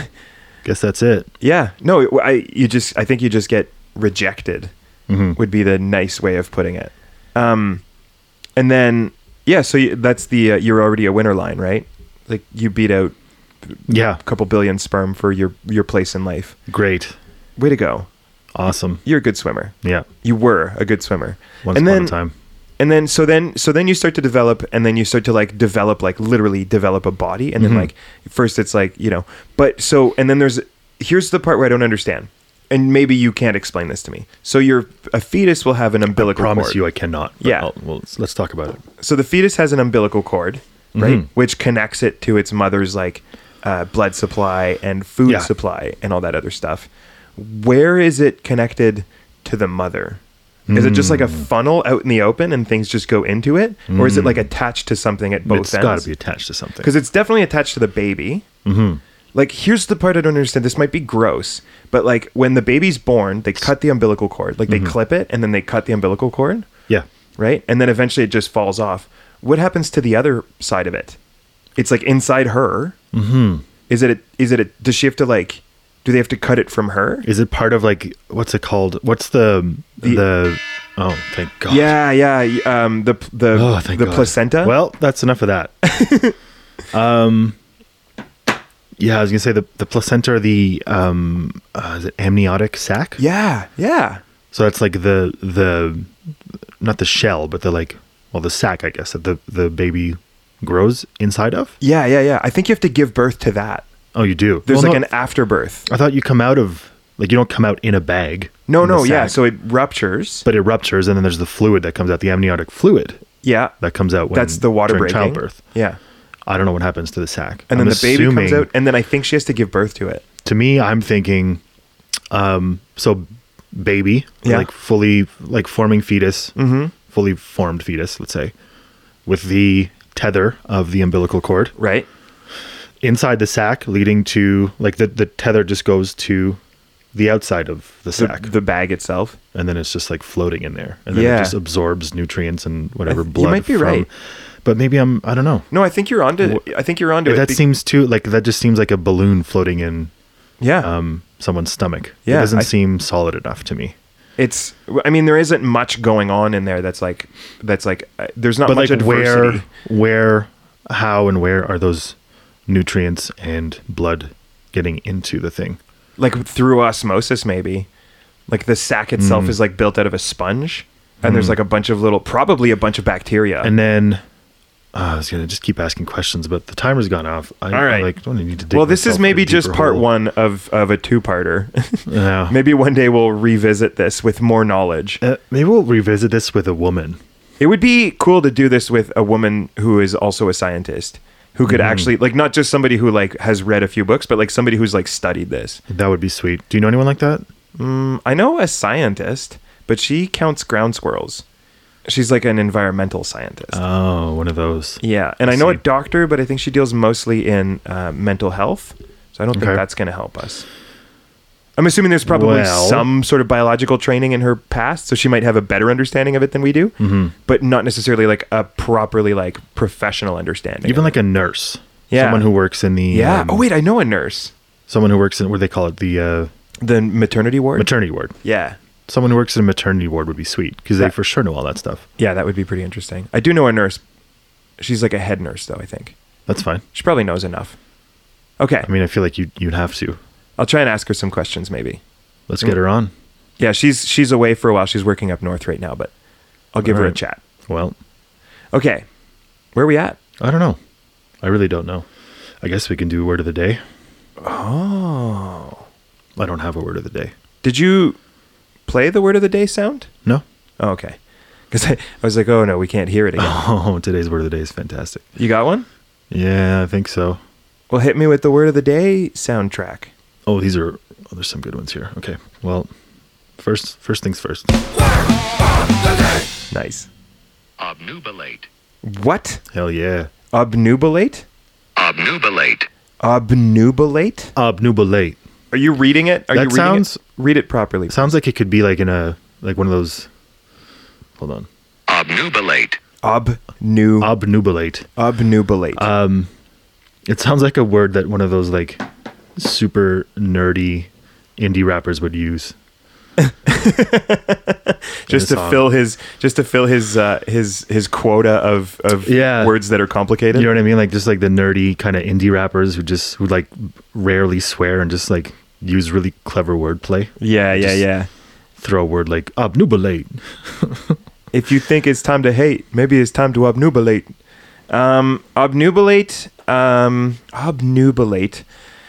[SPEAKER 5] Guess that's it.
[SPEAKER 4] Yeah. No, it- I you just I think you just get rejected. Would be the nice way of putting it. Um, and then yeah, so you, that's the uh, you're already a winner line, right? Like you beat out
[SPEAKER 5] Yeah.
[SPEAKER 4] a couple billion sperm for your your place in life.
[SPEAKER 5] Great.
[SPEAKER 4] Way to go.
[SPEAKER 5] Awesome.
[SPEAKER 4] You're a good swimmer.
[SPEAKER 5] Yeah.
[SPEAKER 4] You were a good swimmer.
[SPEAKER 5] Once
[SPEAKER 4] and
[SPEAKER 5] upon
[SPEAKER 4] then,
[SPEAKER 5] a time.
[SPEAKER 4] And then so then so then you start to develop and then you start to like develop like literally develop a body and
[SPEAKER 5] Mm-hmm.
[SPEAKER 4] then like first it's like, you know, but so and then there's here's the part where I don't understand. And maybe you can't explain this to me. So your a fetus will have an umbilical
[SPEAKER 5] Promise
[SPEAKER 4] cord.
[SPEAKER 5] you, I cannot. but
[SPEAKER 4] Yeah.
[SPEAKER 5] I'll- well, let's, let's talk about it.
[SPEAKER 4] so the fetus has an umbilical cord, right?
[SPEAKER 5] Mm-hmm.
[SPEAKER 4] Which connects it to its mother's like uh, blood supply and food
[SPEAKER 5] Yeah.
[SPEAKER 4] supply and all that other stuff. Where is it connected to the mother? Is it just like a
[SPEAKER 5] Mm.
[SPEAKER 4] funnel out in the open and things just go into it, or is it like attached to something at both
[SPEAKER 5] It's
[SPEAKER 4] ends?
[SPEAKER 5] got to be attached to something.
[SPEAKER 4] because it's definitely attached to the baby. Mm-hmm. Like, here's the part I don't understand. This might be gross, but like when the baby's born, they cut the umbilical cord, like
[SPEAKER 5] Mm-hmm.
[SPEAKER 4] they clip it and then they cut the umbilical cord
[SPEAKER 5] yeah.
[SPEAKER 4] right? And then eventually it just falls off. What happens to the other side of it? It's like inside her. Mm-hmm. Is it? Is it? Does she have to like? Do they have to cut it from her?
[SPEAKER 5] Is it part of like what's it called? What's the the, oh thank God.
[SPEAKER 4] Yeah, yeah. y- Um, the the
[SPEAKER 5] Oh, thank
[SPEAKER 4] the
[SPEAKER 5] God.
[SPEAKER 4] placenta.
[SPEAKER 5] Well, that's enough of that. um Yeah, I was gonna say the, the placenta or the um uh, is it amniotic sac?
[SPEAKER 4] yeah, yeah,
[SPEAKER 5] So that's like the the not the shell, but the like well the sac I guess that the, the baby grows inside of.
[SPEAKER 4] yeah, yeah, yeah. I think you have to give birth to that.
[SPEAKER 5] Oh you do.
[SPEAKER 4] There's
[SPEAKER 5] Well,
[SPEAKER 4] like
[SPEAKER 5] no,
[SPEAKER 4] an afterbirth.
[SPEAKER 5] I thought you come out of like you don't come out in a bag.
[SPEAKER 4] No,
[SPEAKER 5] in the
[SPEAKER 4] no, yeah.
[SPEAKER 5] sac,
[SPEAKER 4] So it ruptures.
[SPEAKER 5] but it ruptures and then there's the fluid that comes out, the amniotic fluid.
[SPEAKER 4] yeah,
[SPEAKER 5] that comes out when
[SPEAKER 4] that's the water
[SPEAKER 5] during
[SPEAKER 4] breaking.
[SPEAKER 5] childbirth.
[SPEAKER 4] Yeah,
[SPEAKER 5] I don't know what happens to the sac.
[SPEAKER 4] and
[SPEAKER 5] I'm
[SPEAKER 4] then the baby comes
[SPEAKER 5] assuming-
[SPEAKER 4] out, and then I think she has to give birth to it.
[SPEAKER 5] to me, I'm thinking, um, so baby,
[SPEAKER 4] Yeah. Mm-hmm.
[SPEAKER 5] like fully like forming fetus, fully formed fetus, let's say, with the tether of the umbilical cord
[SPEAKER 4] Right.
[SPEAKER 5] inside the sac, leading to like the the tether just goes to the outside of the
[SPEAKER 4] The,
[SPEAKER 5] sac,
[SPEAKER 4] the bag itself.
[SPEAKER 5] and then it's just like floating in there, and then
[SPEAKER 4] Yeah.
[SPEAKER 5] it just absorbs nutrients and whatever
[SPEAKER 4] you
[SPEAKER 5] blood.
[SPEAKER 4] might be
[SPEAKER 5] from-
[SPEAKER 4] right.
[SPEAKER 5] but maybe I'm I don't know.
[SPEAKER 4] No, I think you're onto. I think you're onto it.
[SPEAKER 5] that
[SPEAKER 4] be-
[SPEAKER 5] seems too like that just seems like a balloon floating in
[SPEAKER 4] Yeah.
[SPEAKER 5] um, someone's stomach.
[SPEAKER 4] Yeah,
[SPEAKER 5] it doesn't
[SPEAKER 4] I-
[SPEAKER 5] seem solid enough to me.
[SPEAKER 4] it's i mean there isn't much going on in there that's like that's like uh, there's not
[SPEAKER 5] But
[SPEAKER 4] much
[SPEAKER 5] like
[SPEAKER 4] adversity
[SPEAKER 5] where, where, how, and where are those nutrients and blood getting into the thing?
[SPEAKER 4] like through osmosis maybe like the sac
[SPEAKER 5] Hmm.
[SPEAKER 4] itself is like built out of a sponge and there's like a bunch of little probably a bunch of bacteria
[SPEAKER 5] And then uh, I was gonna just keep asking questions, but the timer's gone off. I,
[SPEAKER 4] all right
[SPEAKER 5] I, like don't need to. Dig
[SPEAKER 4] well this
[SPEAKER 5] myself
[SPEAKER 4] is
[SPEAKER 5] in a
[SPEAKER 4] maybe just
[SPEAKER 5] deeper
[SPEAKER 4] part
[SPEAKER 5] hole.
[SPEAKER 4] one of of a two-parter
[SPEAKER 5] Yeah.
[SPEAKER 4] maybe one day we'll revisit this with more knowledge
[SPEAKER 5] Uh, maybe we'll revisit this with a woman.
[SPEAKER 4] It would be cool to do this with a woman who is also a scientist who could actually like not just somebody who like has read a few books but like somebody who's like studied this. Hmm,
[SPEAKER 5] That would be sweet. Do you know anyone like that?
[SPEAKER 4] I know a scientist, but she counts ground squirrels. She's like an environmental scientist.
[SPEAKER 5] Oh, one of those.
[SPEAKER 4] yeah, and I, know a
[SPEAKER 5] see.
[SPEAKER 4] doctor, but I think she deals mostly in uh, mental health. So I don't think
[SPEAKER 5] Okay.
[SPEAKER 4] that's going to help us. I'm assuming there's probably
[SPEAKER 5] Well-
[SPEAKER 4] some sort of biological training in her past, so she might have a better understanding of it than we do, mm-hmm. but not necessarily like a properly like professional understanding.
[SPEAKER 5] Even like a nurse.
[SPEAKER 4] Yeah.
[SPEAKER 5] Someone who works in the
[SPEAKER 4] yeah.
[SPEAKER 5] um,
[SPEAKER 4] oh wait, I know a nurse.
[SPEAKER 5] Someone who works in what do they call it the uh,
[SPEAKER 4] The maternity ward.
[SPEAKER 5] maternity ward.
[SPEAKER 4] yeah.
[SPEAKER 5] Someone who works in a maternity ward would be sweet because they
[SPEAKER 4] Yeah.
[SPEAKER 5] for sure know all that stuff.
[SPEAKER 4] Yeah, that would be pretty interesting. I do know a nurse. She's like a head nurse though, I think.
[SPEAKER 5] That's fine.
[SPEAKER 4] She probably knows enough. Okay.
[SPEAKER 5] I mean, I feel like you you'd have to.
[SPEAKER 4] I'll try and ask her some questions maybe.
[SPEAKER 5] Let's get her on.
[SPEAKER 4] Yeah, she's she's away for a while. She's working up north right now, but I'll give her a
[SPEAKER 5] Alright.
[SPEAKER 4] chat.
[SPEAKER 5] Well,
[SPEAKER 4] Okay. Where are we at?
[SPEAKER 5] I don't know. I really don't know. I guess we can do word of the day. Oh. I don't have a word of the day.
[SPEAKER 4] Did you play the word of the day sound?
[SPEAKER 5] No.
[SPEAKER 4] Oh, okay. Because I, I was like, oh no, we can't hear it again.
[SPEAKER 5] Oh, today's word of the day is fantastic.
[SPEAKER 4] You got one?
[SPEAKER 5] Yeah, I think so.
[SPEAKER 4] Well, hit me with the word of the day soundtrack.
[SPEAKER 5] Oh, these are oh, there's some good ones here. Okay. Well, first first things first.
[SPEAKER 4] Nice.
[SPEAKER 6] Obnubilate.
[SPEAKER 4] What?
[SPEAKER 5] Hell yeah.
[SPEAKER 4] Obnubilate?
[SPEAKER 6] Obnubilate.
[SPEAKER 4] Obnubilate?
[SPEAKER 5] Obnubilate.
[SPEAKER 4] Are you reading it? Are
[SPEAKER 5] That
[SPEAKER 4] you reading
[SPEAKER 5] sounds-
[SPEAKER 4] it? Read it properly.
[SPEAKER 5] Sounds like it could be like in a like one of those Hold on.
[SPEAKER 6] Obnubilate.
[SPEAKER 5] Uh,
[SPEAKER 4] Obnu
[SPEAKER 5] Obnubilate.
[SPEAKER 4] obnubilate.
[SPEAKER 5] uh, It sounds like a word that one of those like super nerdy indie rappers would use.
[SPEAKER 4] just to
[SPEAKER 5] song.
[SPEAKER 4] fill his just to fill his uh, his his quota of of
[SPEAKER 5] Yeah.
[SPEAKER 4] words that are complicated.
[SPEAKER 5] You know what I mean? Like just like the nerdy kind of indie rappers who just who like rarely swear and just like use really clever wordplay.
[SPEAKER 4] yeah, yeah,
[SPEAKER 5] Just-
[SPEAKER 4] yeah.
[SPEAKER 5] Throw a word like obnubilate.
[SPEAKER 4] If you think it's time to hate, maybe it's time to obnubilate. Um, obnubilate. Um, obnubilate.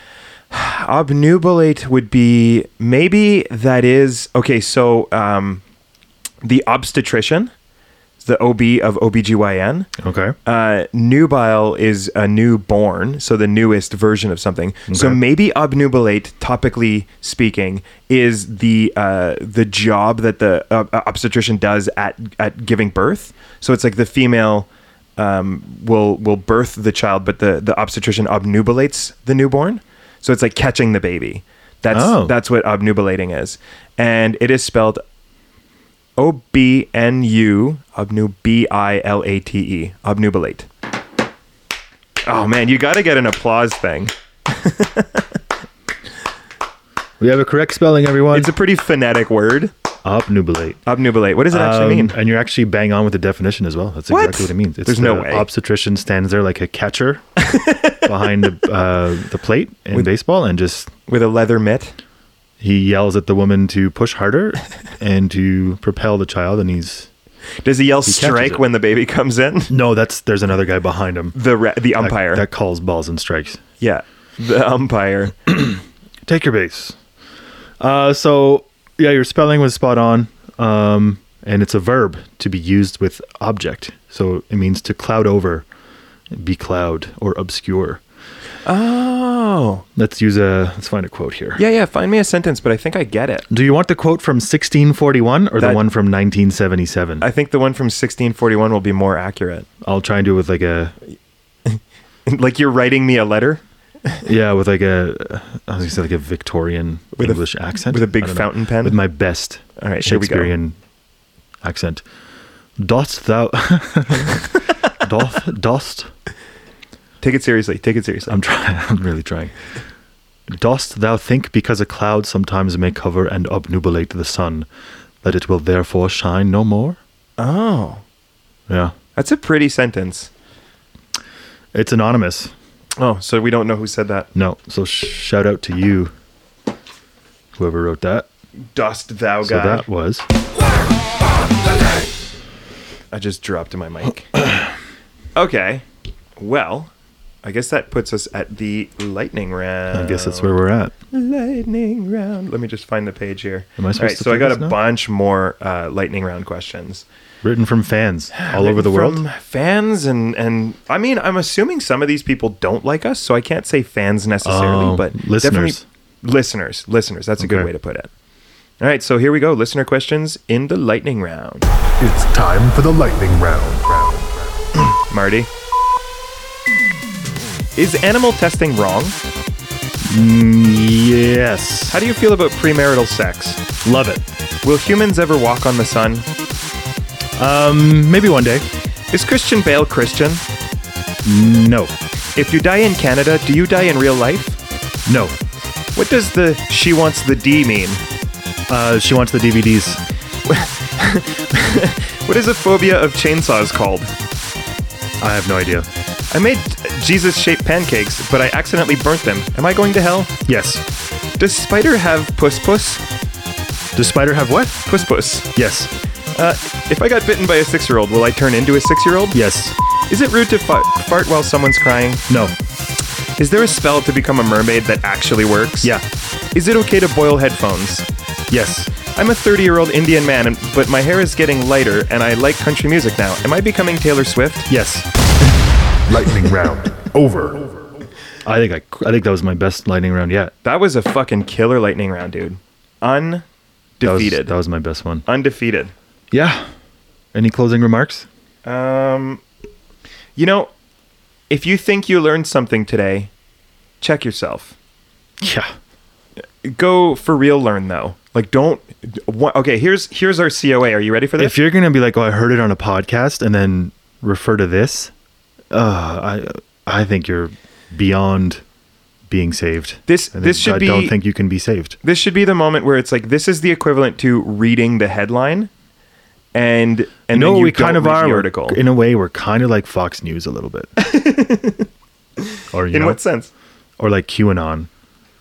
[SPEAKER 4] Obnubilate would be maybe that is okay. So um, the obstetrician, the OB of OBGYN.
[SPEAKER 5] Okay.
[SPEAKER 4] uh, nubile is a newborn, so the newest version of something. So maybe obnubilate, topically speaking, is the uh, the job that the uh, obstetrician does at at giving birth. So it's like the female um, will will birth the child, but the the obstetrician obnubilates the newborn. So it's like catching the baby. That's
[SPEAKER 5] Oh.
[SPEAKER 4] that's what obnubilating is, and it is spelled O B N U obnu B I L A T E obnubilate. Oh man, you got to get an applause thing.
[SPEAKER 5] We have a correct spelling, everyone.
[SPEAKER 4] It's a pretty phonetic word.
[SPEAKER 5] obnubilate.
[SPEAKER 4] Obnubilate. What does it actually
[SPEAKER 5] Um,
[SPEAKER 4] mean?
[SPEAKER 5] And you're actually bang on with the definition as well. That's
[SPEAKER 4] What?
[SPEAKER 5] exactly what it means. It's
[SPEAKER 4] There's
[SPEAKER 5] the
[SPEAKER 4] no way.
[SPEAKER 5] Obstetrician stands there like a catcher behind the, uh, the plate in baseball, and just
[SPEAKER 4] With a leather mitt.
[SPEAKER 5] he yells at the woman to push harder and to propel the child. And he's
[SPEAKER 4] Does he yell
[SPEAKER 5] catches
[SPEAKER 4] strike
[SPEAKER 5] it.
[SPEAKER 4] when the baby comes in?
[SPEAKER 5] no, that's there's another guy behind him.
[SPEAKER 4] The re- the
[SPEAKER 5] That-
[SPEAKER 4] umpire.
[SPEAKER 5] that calls balls and strikes.
[SPEAKER 4] yeah. The umpire.
[SPEAKER 5] Take your base. Uh, so yeah, your spelling was spot on. Um, and it's a verb to be used with object. So it means to cloud over, be cloud or obscure.
[SPEAKER 4] Oh.
[SPEAKER 5] Let's use a let's find a quote here.
[SPEAKER 4] Yeah, yeah, find me a sentence, but I think I get it.
[SPEAKER 5] Do you want the quote from 1641 or
[SPEAKER 4] That-
[SPEAKER 5] the one from 1977?
[SPEAKER 4] I think the one from 1641 will be more accurate.
[SPEAKER 5] I'll try and do it with like a
[SPEAKER 4] like you're writing me a letter
[SPEAKER 5] yeah, with like a I was gonna say like a Victorian
[SPEAKER 4] With a-
[SPEAKER 5] English accent
[SPEAKER 4] with a big
[SPEAKER 5] I don't
[SPEAKER 4] fountain pen?
[SPEAKER 5] with my best
[SPEAKER 4] All right, here we go.
[SPEAKER 5] Shakespearean accent. Dost thou doth dost
[SPEAKER 4] Take it seriously. Take it seriously.
[SPEAKER 5] I'm trying. I'm really trying. Dost thou think because a cloud sometimes may cover and obnubilate the sun, that it will therefore shine no more?
[SPEAKER 4] oh,
[SPEAKER 5] Yeah,
[SPEAKER 4] that's a pretty sentence.
[SPEAKER 5] it's anonymous.
[SPEAKER 4] Oh, so we don't know who said that.
[SPEAKER 5] No, so sh- shout out to you, whoever wrote that.
[SPEAKER 4] Dost thou
[SPEAKER 5] So
[SPEAKER 4] guy?
[SPEAKER 5] that was
[SPEAKER 4] I just dropped my mic. okay. Well, I guess that puts us at the lightning round.
[SPEAKER 5] I guess that's where we're at.
[SPEAKER 4] lightning round. Let me just find the page here.
[SPEAKER 5] Am
[SPEAKER 4] All
[SPEAKER 5] I
[SPEAKER 4] right,
[SPEAKER 5] supposed to
[SPEAKER 4] so I
[SPEAKER 5] play
[SPEAKER 4] got a
[SPEAKER 5] this now?
[SPEAKER 4] bunch more uh, lightning round questions.
[SPEAKER 5] Written from fans all over the
[SPEAKER 4] From
[SPEAKER 5] world.
[SPEAKER 4] Fans and and I mean, I'm assuming some of these people don't like us, so I can't say fans necessarily,
[SPEAKER 5] Oh,
[SPEAKER 4] but
[SPEAKER 5] listeners.
[SPEAKER 4] definitely listeners, listeners. That's a good
[SPEAKER 5] Okay.
[SPEAKER 4] way to put it. All right, so here we go. Listener questions in the lightning round.
[SPEAKER 7] It's time for the lightning round. round.
[SPEAKER 4] Marty, is animal testing wrong?
[SPEAKER 5] Yes.
[SPEAKER 4] How do you feel about premarital sex?
[SPEAKER 5] Love it.
[SPEAKER 4] Will humans ever walk on the sun?
[SPEAKER 5] Maybe one day.
[SPEAKER 4] Is Christian Bale Christian?
[SPEAKER 5] No.
[SPEAKER 4] If you die in Canada, do you die in real life?
[SPEAKER 5] No.
[SPEAKER 4] What does the she wants the D mean?
[SPEAKER 5] Uh, she wants the DVDs.
[SPEAKER 4] What is a phobia of chainsaws called?
[SPEAKER 5] I have no idea.
[SPEAKER 4] I made Jesus shaped pancakes, but I accidentally burnt them. Am I going to hell?
[SPEAKER 5] Yes.
[SPEAKER 4] Does Spider have puss puss?
[SPEAKER 5] Does Spider have what?
[SPEAKER 4] Puss puss.
[SPEAKER 5] Yes.
[SPEAKER 4] Uh, if I got bitten by a six year old, will I turn into a six year old?
[SPEAKER 5] Yes.
[SPEAKER 4] Is it rude to fa- fart while someone's crying?
[SPEAKER 5] No.
[SPEAKER 4] Is there a spell to become a mermaid that actually works?
[SPEAKER 5] Yeah.
[SPEAKER 4] Is it okay to boil headphones?
[SPEAKER 5] Yes.
[SPEAKER 4] I'm a 30 year old Indian man, and- but my hair is getting lighter and I like country music now. Am I becoming Taylor Swift?
[SPEAKER 5] Yes.
[SPEAKER 7] Lightning round over.
[SPEAKER 5] I think I, I think that was my best lightning round yet.
[SPEAKER 4] That was a fucking killer lightning round, dude.
[SPEAKER 5] That was,
[SPEAKER 4] Undefeated.
[SPEAKER 5] that was my best one.
[SPEAKER 4] Undefeated.
[SPEAKER 5] Yeah. Any closing remarks?
[SPEAKER 4] You know, if you think you learned something today, check yourself.
[SPEAKER 5] Yeah.
[SPEAKER 4] Go for real learn though. Like don't wha- Okay, here's here's our COA. Are you ready for this?
[SPEAKER 5] If you're gonna be like, "Oh, I heard it on a podcast," and then refer to this, uh, I I think you're beyond being saved.
[SPEAKER 4] This-
[SPEAKER 5] I
[SPEAKER 4] this
[SPEAKER 5] think-
[SPEAKER 4] should
[SPEAKER 5] I don't
[SPEAKER 4] be-
[SPEAKER 5] think you can be saved.
[SPEAKER 4] this should be the moment where it's like this is the equivalent to reading the headline and and
[SPEAKER 5] no,
[SPEAKER 4] then you
[SPEAKER 5] we kind
[SPEAKER 4] don't
[SPEAKER 5] of
[SPEAKER 4] read
[SPEAKER 5] are.
[SPEAKER 4] the
[SPEAKER 5] We're-
[SPEAKER 4] article.
[SPEAKER 5] In a way, we're kind of like Fox News a little bit. or you
[SPEAKER 4] in
[SPEAKER 5] know,
[SPEAKER 4] what sense?
[SPEAKER 5] or like QAnon,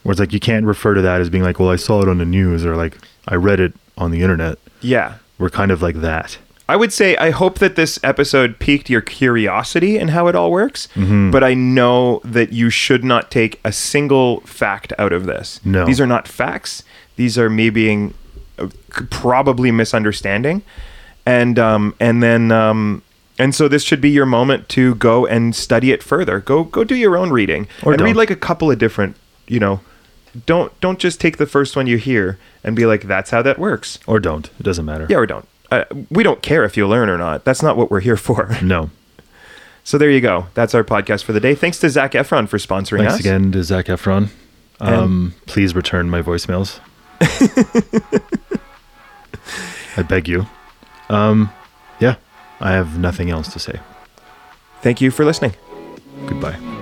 [SPEAKER 5] where it's like you can't refer to that as being like, "Well, I saw it on the news," or like, "I read it on the internet."
[SPEAKER 4] Yeah.
[SPEAKER 5] We're kind of like that.
[SPEAKER 4] I would say I hope that this episode piqued your curiosity in how it all works,
[SPEAKER 5] Mm-hmm.
[SPEAKER 4] but I know that you should not take a single fact out of this.
[SPEAKER 5] No.
[SPEAKER 4] These are not facts. These are me being uh, c- probably misunderstanding. And um and then um and so this should be your moment to go and study it further. Go go do your own reading
[SPEAKER 5] Or
[SPEAKER 4] and read
[SPEAKER 5] don't.
[SPEAKER 4] like a couple of different, you know, don't don't just take the first one you hear and be like that's how that works.
[SPEAKER 5] Or don't. It doesn't matter.
[SPEAKER 4] Yeah, or don't. Uh, we don't care if you learn or not. That's not what we're here for.
[SPEAKER 5] No.
[SPEAKER 4] So there you go. That's our podcast for the day. Thanks to Zach Efron for sponsoring
[SPEAKER 5] Thanks
[SPEAKER 4] us.
[SPEAKER 5] again to Zach Efron. Um, please return my voicemails. I beg you. Um, yeah, I have nothing else to say.
[SPEAKER 4] Thank you for listening.
[SPEAKER 5] Goodbye.